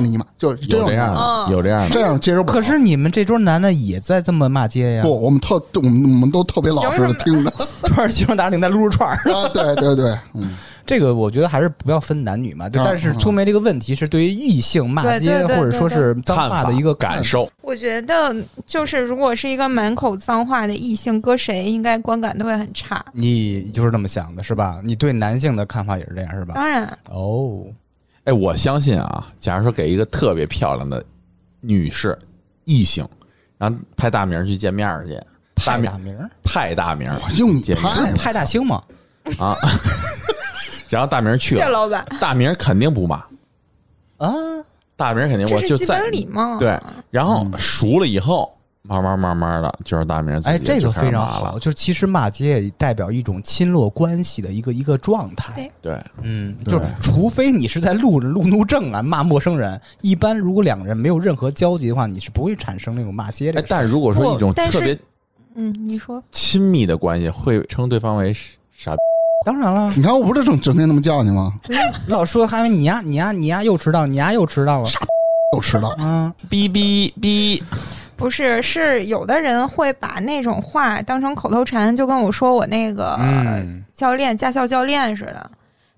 你妈！就真有这样的，嗯有这样的。这样接受不了。可是你们这桌男的也在这么骂街啊呀？不，，我们特我们我们都特别老实的行听着串儿西装打领带撸着串儿， 啊，对对对，嗯，这个我觉得还是不要分男女嘛。对，啊但是粗眉这个问题是对于异性骂对对街对对或者说是脏看话法的一个感。受，我觉得就是如果是一个满口脏话的异性，搁谁应该观感都会很差。你就是这么想的是吧？你对男性的看法也是这样是吧？当然，哦，哎，我相信啊，假如说给一个特别漂亮的女士异性，然后派大明去见面儿去，大派明大名儿，派大明我用你见面派派大星嘛，啊，然后大明去谢了，老板，大明肯定不骂，啊，大明肯定这我是就基在本礼貌。啊对，然后熟了以后，慢慢慢慢的就是大明嗯自己哎，这就个开始非常骂好，了，就是其实骂街也代表一种亲络关系的一个一个状态对。对，嗯，对就是除非你是在路路怒症啊，骂陌生人。一般如果两个人没有任何交集的话，你是不会产生那种骂街这哎个，事。但如果说一种不但是特别嗯，你说亲密的关系，会称对方为傻逼，当然了，你看我不是整整天那么叫你吗？老说还有你呀你啊呀你呀又迟到，你呀又迟到了。又迟到，嗯，哔哔哔，不是，是有的人会把那种话当成口头禅，就跟我说我那个、嗯教练驾校教练似的，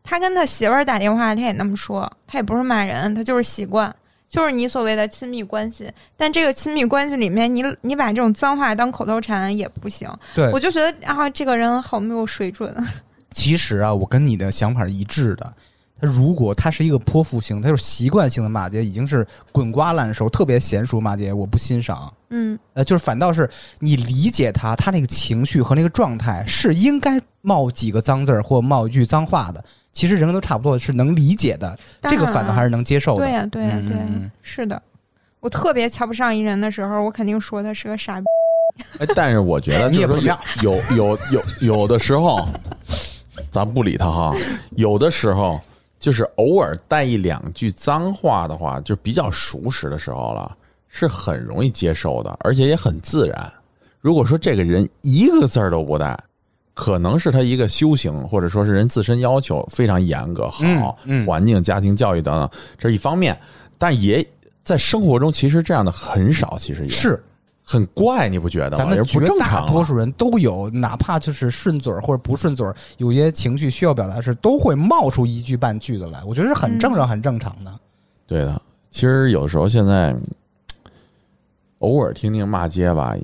他跟他媳妇儿打电话，他也那么说，他也不是骂人，他就是习惯。就是你所谓的亲密关系，但这个亲密关系里面，你你把这种脏话当口头禅也不行。对我就觉得啊，这个人好没有水准。 其实啊，我跟你的想法是一致的。他如果他是一个泼妇型，他就是习惯性的骂街，已经是滚瓜烂熟，特别娴熟骂街，我不欣赏。嗯，呃，就是反倒是你理解他，他那个情绪和那个状态是应该冒几个脏字儿或冒一句脏话的。其实人跟都差不多，是能理解的，当这然个反倒还是能接受的。对呀、啊对呀、嗯对呀、嗯嗯是的。我特别瞧不上一人的时候，我肯定说他是个傻逼。哎，但是我觉得你就也是说不要有有有有的时候，咱不理他哈。有的时候就是偶尔带一两句脏话的话，就比较熟识的时候了，是很容易接受的，而且也很自然。如果说这个人一个字儿都不带，可能是他一个修行，或者说是人自身要求非常严格，好、嗯嗯环境、家庭教育等等，这是一方面。但也在生活中，其实这样的很少，其实也是，很怪，你不觉得吗？咱们也是绝不正大常啊。多数人都有，哪怕就是顺嘴儿或者不顺嘴儿，有些情绪需要表达时，都会冒出一句半句的来。我觉得是很嗯正常、很正常的。对的，其实有时候现在嗯偶尔听听骂街吧，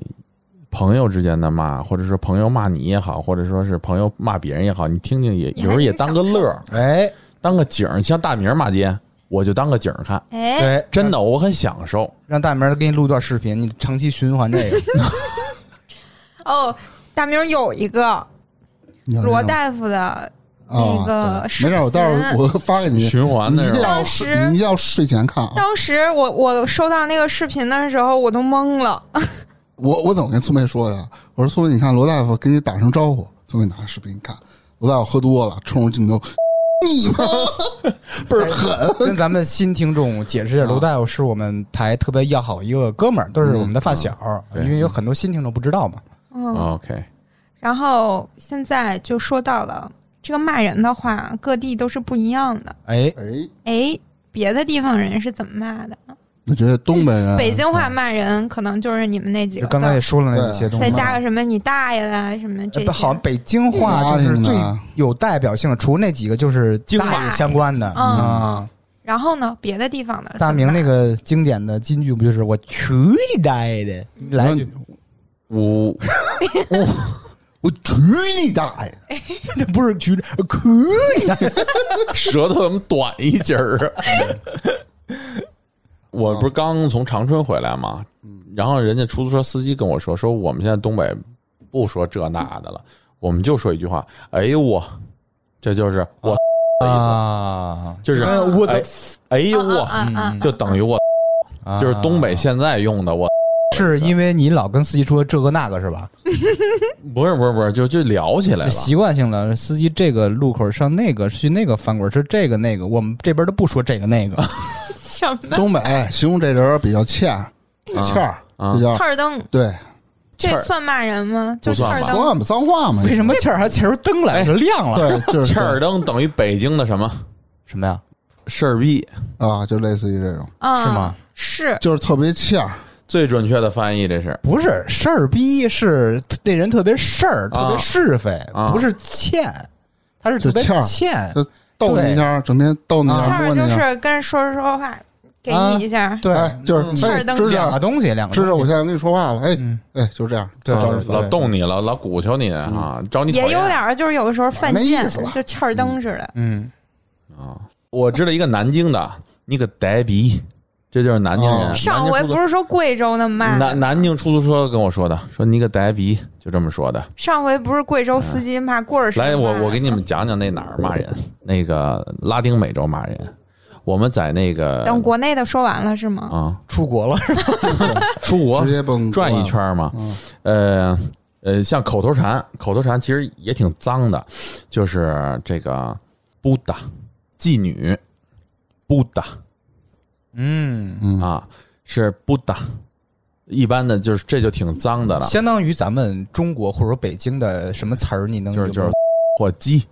朋友之间的骂，或者说朋友骂你也好，或者说是朋友骂别人也好，你听听也你还有时候也当个乐儿，哎，当个景儿。像大明骂街，我就当个景儿看，哎，对，真的我很享受。让大明儿给你录段视频，你长期循环这 个。哦，大明儿有一个你看罗这种大夫的啊那个对视没事，我到时候频我发给你，循环你的一是定吧？要当睡时你一定要睡前看哦啊！当时我我收到那个视频的时候，我都懵了。我我怎么跟苏梅说的？我说苏梅，你看罗大夫跟你打声招呼，苏梅拿着视频看，罗大夫喝多了，冲着镜头，你妈 倍儿哎狠！跟咱们新听众解释一下，啊楼大夫是我们台特别要好一个哥们儿，都是我们的发小，嗯因为有很多新听众不知道嘛。嗯，哦 OK，然后现在就说到了这个骂人的话，各地都是不一样的。哎，哎，哎，别的地方人是怎么骂的？嗯我觉得东北人，北京话骂人可能就是你们那几就个刚字才也儿，说了那些东再西。加个什么你大爷啦，什么这呃些不，好，北京话就是嗯最有代表性的，除了那几个就是大爷相关的嗯啊。然后呢，别的地方的 大明那个经典的金句不就是“我去你大爷 的”？来一句，我我去你大爷！那不是“去”，“呃去你大爷舌头怎么短一截儿啊？ 我不是刚从长春回来嘛，然后人家出租车司机跟我说，说我们现在东北不说这那的了，我们就说一句话，哎呦我，这就是我，”啊，就是哎我的哎哎呦我，啊嗯啊就等于我，就是东北啊现在用的我，是因为你老跟司机说这个那个是吧？不是不是不是，就就聊起来了。习惯性了，司机这个路口上那个去那个翻滚是这个那个，我们这边都不说这个 那个，什么东北形容这人比较欠欠儿，啊比较刺儿灯，对，刺这儿算骂人吗？就不刺算儿吧灯，算吧，脏话嘛，为什么气儿还气出灯来哎 了，亮了？对，就是切尔登等于北京的什么什么呀？事儿逼，啊，就类似于这种，嗯，是吗？是，就是特别欠儿。最准确的翻译这是。不是事儿逼，是那人特别事儿，啊特别是非，啊不是欠，他是特别就欠儿欠就。逗你一下，整天逗你一事下，啊儿嗯摸你就一下，是跟人说着说话，给啊你一下，对，哎，就是嗯哎，嗯知两道个东西，两个知道，东我西现在跟你说话了，哎嗯，哎，就这样，对就招人对烦。老动你了，老鼓秋你啊，找你讨嗯也有厌点儿，就是有的时候犯没意贱思了，就气儿灯似的。嗯，啊。我知道一个南京的，你个呆逼，这就是南京人。哦南京上出回租不是说贵州那么骂的，南南京出租车跟我说的，说你个呆逼，就这么说的。上回不是贵州司机骂棍儿似的来，骂的我我给你们讲讲那哪儿骂人，那个拉丁美洲骂人。我们在那个等国内的说完了是吗？啊，出国了，出国直接蹦转一，圈嘛，嗯呃呃，像口头禅，口头禅其实也挺脏的，就是这个布达妓女，布达嗯，嗯，啊是布达，一般的就是这就挺脏的 了，相当于咱们中国或者说北京的什么词儿，你能就是有就是或鸡，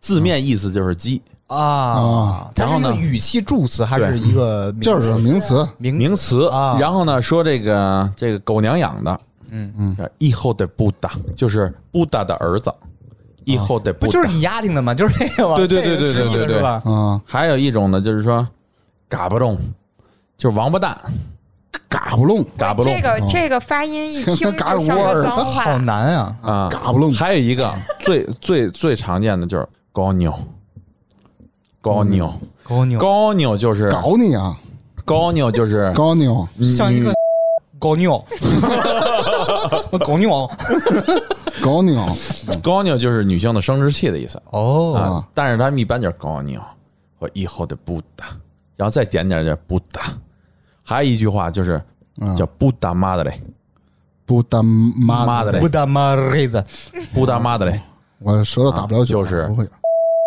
字面意思就是鸡，啊啊，它然是后一呢个语气助词还是对一个名就是词名词，名名词词啊然后呢，说这个这个狗娘养的，嗯嗯，以后的布达就是布达的儿子，以后的不布达就是你丫定的吗？就是那个吗？对对这对个对对直译的对对是吧？啊，还有一种呢，就是说嘎巴中，就是王八蛋，嘎不弄，嘎巴中这个哦这个发音一听嘎就像窝儿是脏好话，难啊！啊，嘎不弄，还有一个最 最最常见的就是高妞，高妞，狗牛，高妞就是嗯啊搞你啊，高妞就是搞你哦，女像一个嗯 狗 牛，狗牛搞 你哦，高妞就是女性的生殖器的意思哦，啊，但是他们一般就是高妞和以后的布达，然后再点点就是布达，还有一句话就是嗯叫布达妈的嘞，不丹妈妈的嘞不他妈黑子，布达妈的嘞，我舌头打不了酒，啊就是不会，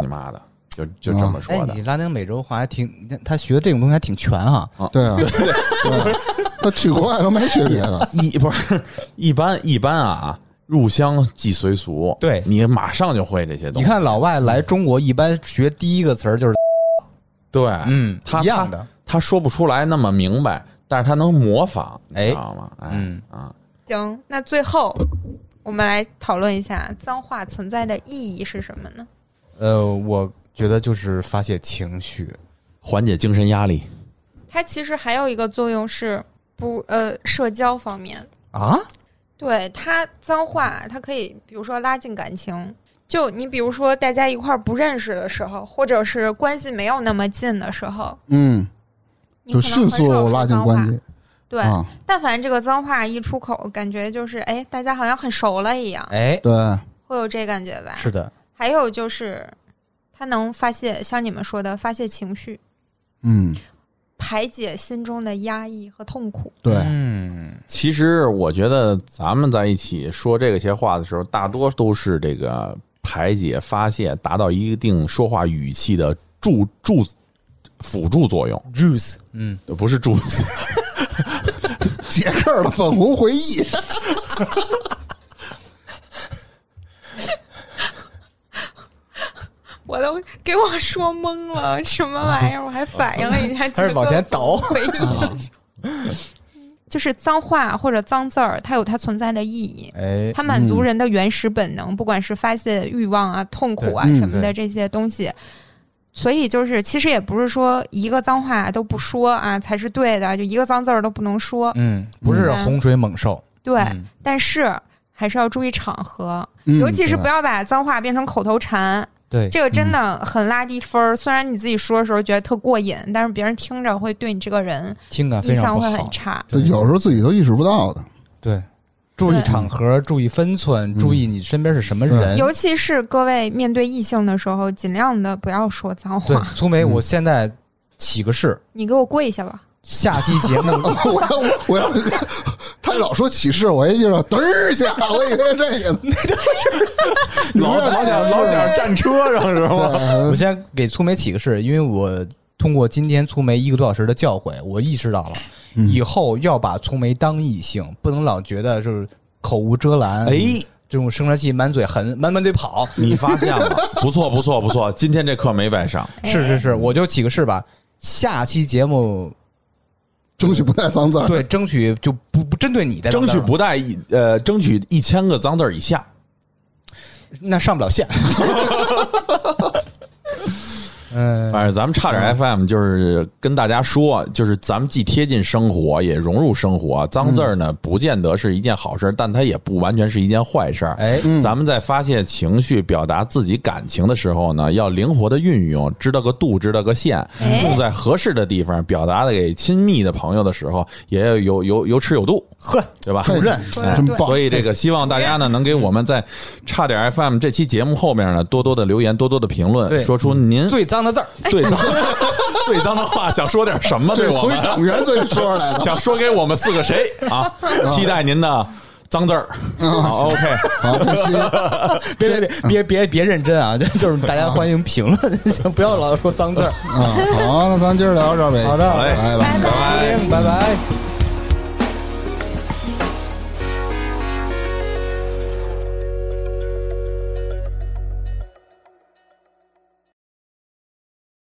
你妈的，就就这么哎说，的你拉丁美洲话还挺，他学的这种东西还挺全哈。对 啊，对啊，他去国外都没学别的，一 不是一般一般啊，入乡即随俗，对你马上就会这些东你西。看老外来中国，一般学第一个词儿就是对，嗯他一样的，他说不出来那么明白，但是他能模仿，哎你知道吗？哎，嗯啊，行，那最后我们来讨论一下脏话存在的意义是什么呢？呃，我觉得就是发泄情绪，缓解精神压力。它其实还有一个作用是不呃社交方面，啊，对它脏话，它可以比如说拉近感情。就你比如说大家一块儿不认识的时候，或者是关系没有那么近的时候，嗯，你就可能迅很少速说拉近脏话关系对，啊，但凡这个脏话一出口，感觉就是哎，大家好像很熟了一样，哎，对，会有这感觉吧？是的，还有就是，它能发泄，像你们说的发泄情绪，嗯，排解心中的压抑和痛苦。对， 嗯，其实我觉得咱们在一起说这些话的时候，大多都是这个排解、发泄，达到一定说话语气的助助辅助作用， juice，嗯，不是助。 杰克的粉红回忆，我都给我说懵 了，什么玩意儿？我还反应了一下，还是往前倒回忆。 就是脏话或者脏字儿，它有它存在的意义，哎，它满足人的原始本能，不管是发泄欲望啊、痛苦啊对嗯什么的这些东西。所以就是，其实也不是说一个脏话都不说啊才是对的，就一个脏字儿都不能说。嗯，不是嗯洪水猛兽，对，嗯但是还是要注意场合，嗯尤其是对不要把脏话变成口头禅，对，这个真的嗯很拉低分儿。虽然你自己说的时候觉得特过瘾，但是别人听着会对你这个人听感啊非印常象不会好很，差。就有时候自己都意识不到的，对，嗯注意对场合，注意分寸，注意你身边是什么人。尤其是各位面对异性的时候，尽量的不要说脏对话，。粗梅，嗯我现在起个誓，你给我跪下吧。下期节目 我要我要，他老说起事，我一记着嘚儿一下，我以为这个呢，你老说老想老想站车上是吗？我先给粗梅起个誓，因为我通过今天粗梅一个多小时的教诲，我意识到了、嗯以后要把粗梅当异性，不能老觉得就是口无遮拦，哎，这种生殖器满嘴横，满满嘴跑。你发现了， 不错不错不错，今天这课没白上。是是哎是，我就起个誓吧，下期节 目争取不带脏字儿。对争取就不不针对你的，争取不带一呃，争取一千个脏字儿以下。那上不了 线。嗯，反正咱们差点 FM 就是跟大家说，就是咱们既贴近生活，也融入生活。脏字儿呢，不见得是一件好事儿，但它也不完全是一件坏事儿。哎，咱们在发泄情绪、表达自己感情的时候呢，要灵活的运用，知道个度，知道个线，哎用在合适的地方。表达的给亲密的朋友的时候，也要有有有尺有度，呵，对吧？哎嘿说得真对棒！嗯所以这个希望大家呢，能给我们在差点 FM 这期节目后面呢，多多的留言，多多的评论，对说出您最脏的字儿，最脏 最脏的话，想说点什么这对是我从一们，党员嘴里说出来 的。想说给我们四个谁啊？期待您的脏字儿。好，OK，好，这期别别嗯别别别别认真啊！就 就是大家欢迎评论， 行，不要老说脏字儿。嗯啊，好，那咱今儿聊到这儿呗。好的好嘞拜拜。拜拜。拜拜。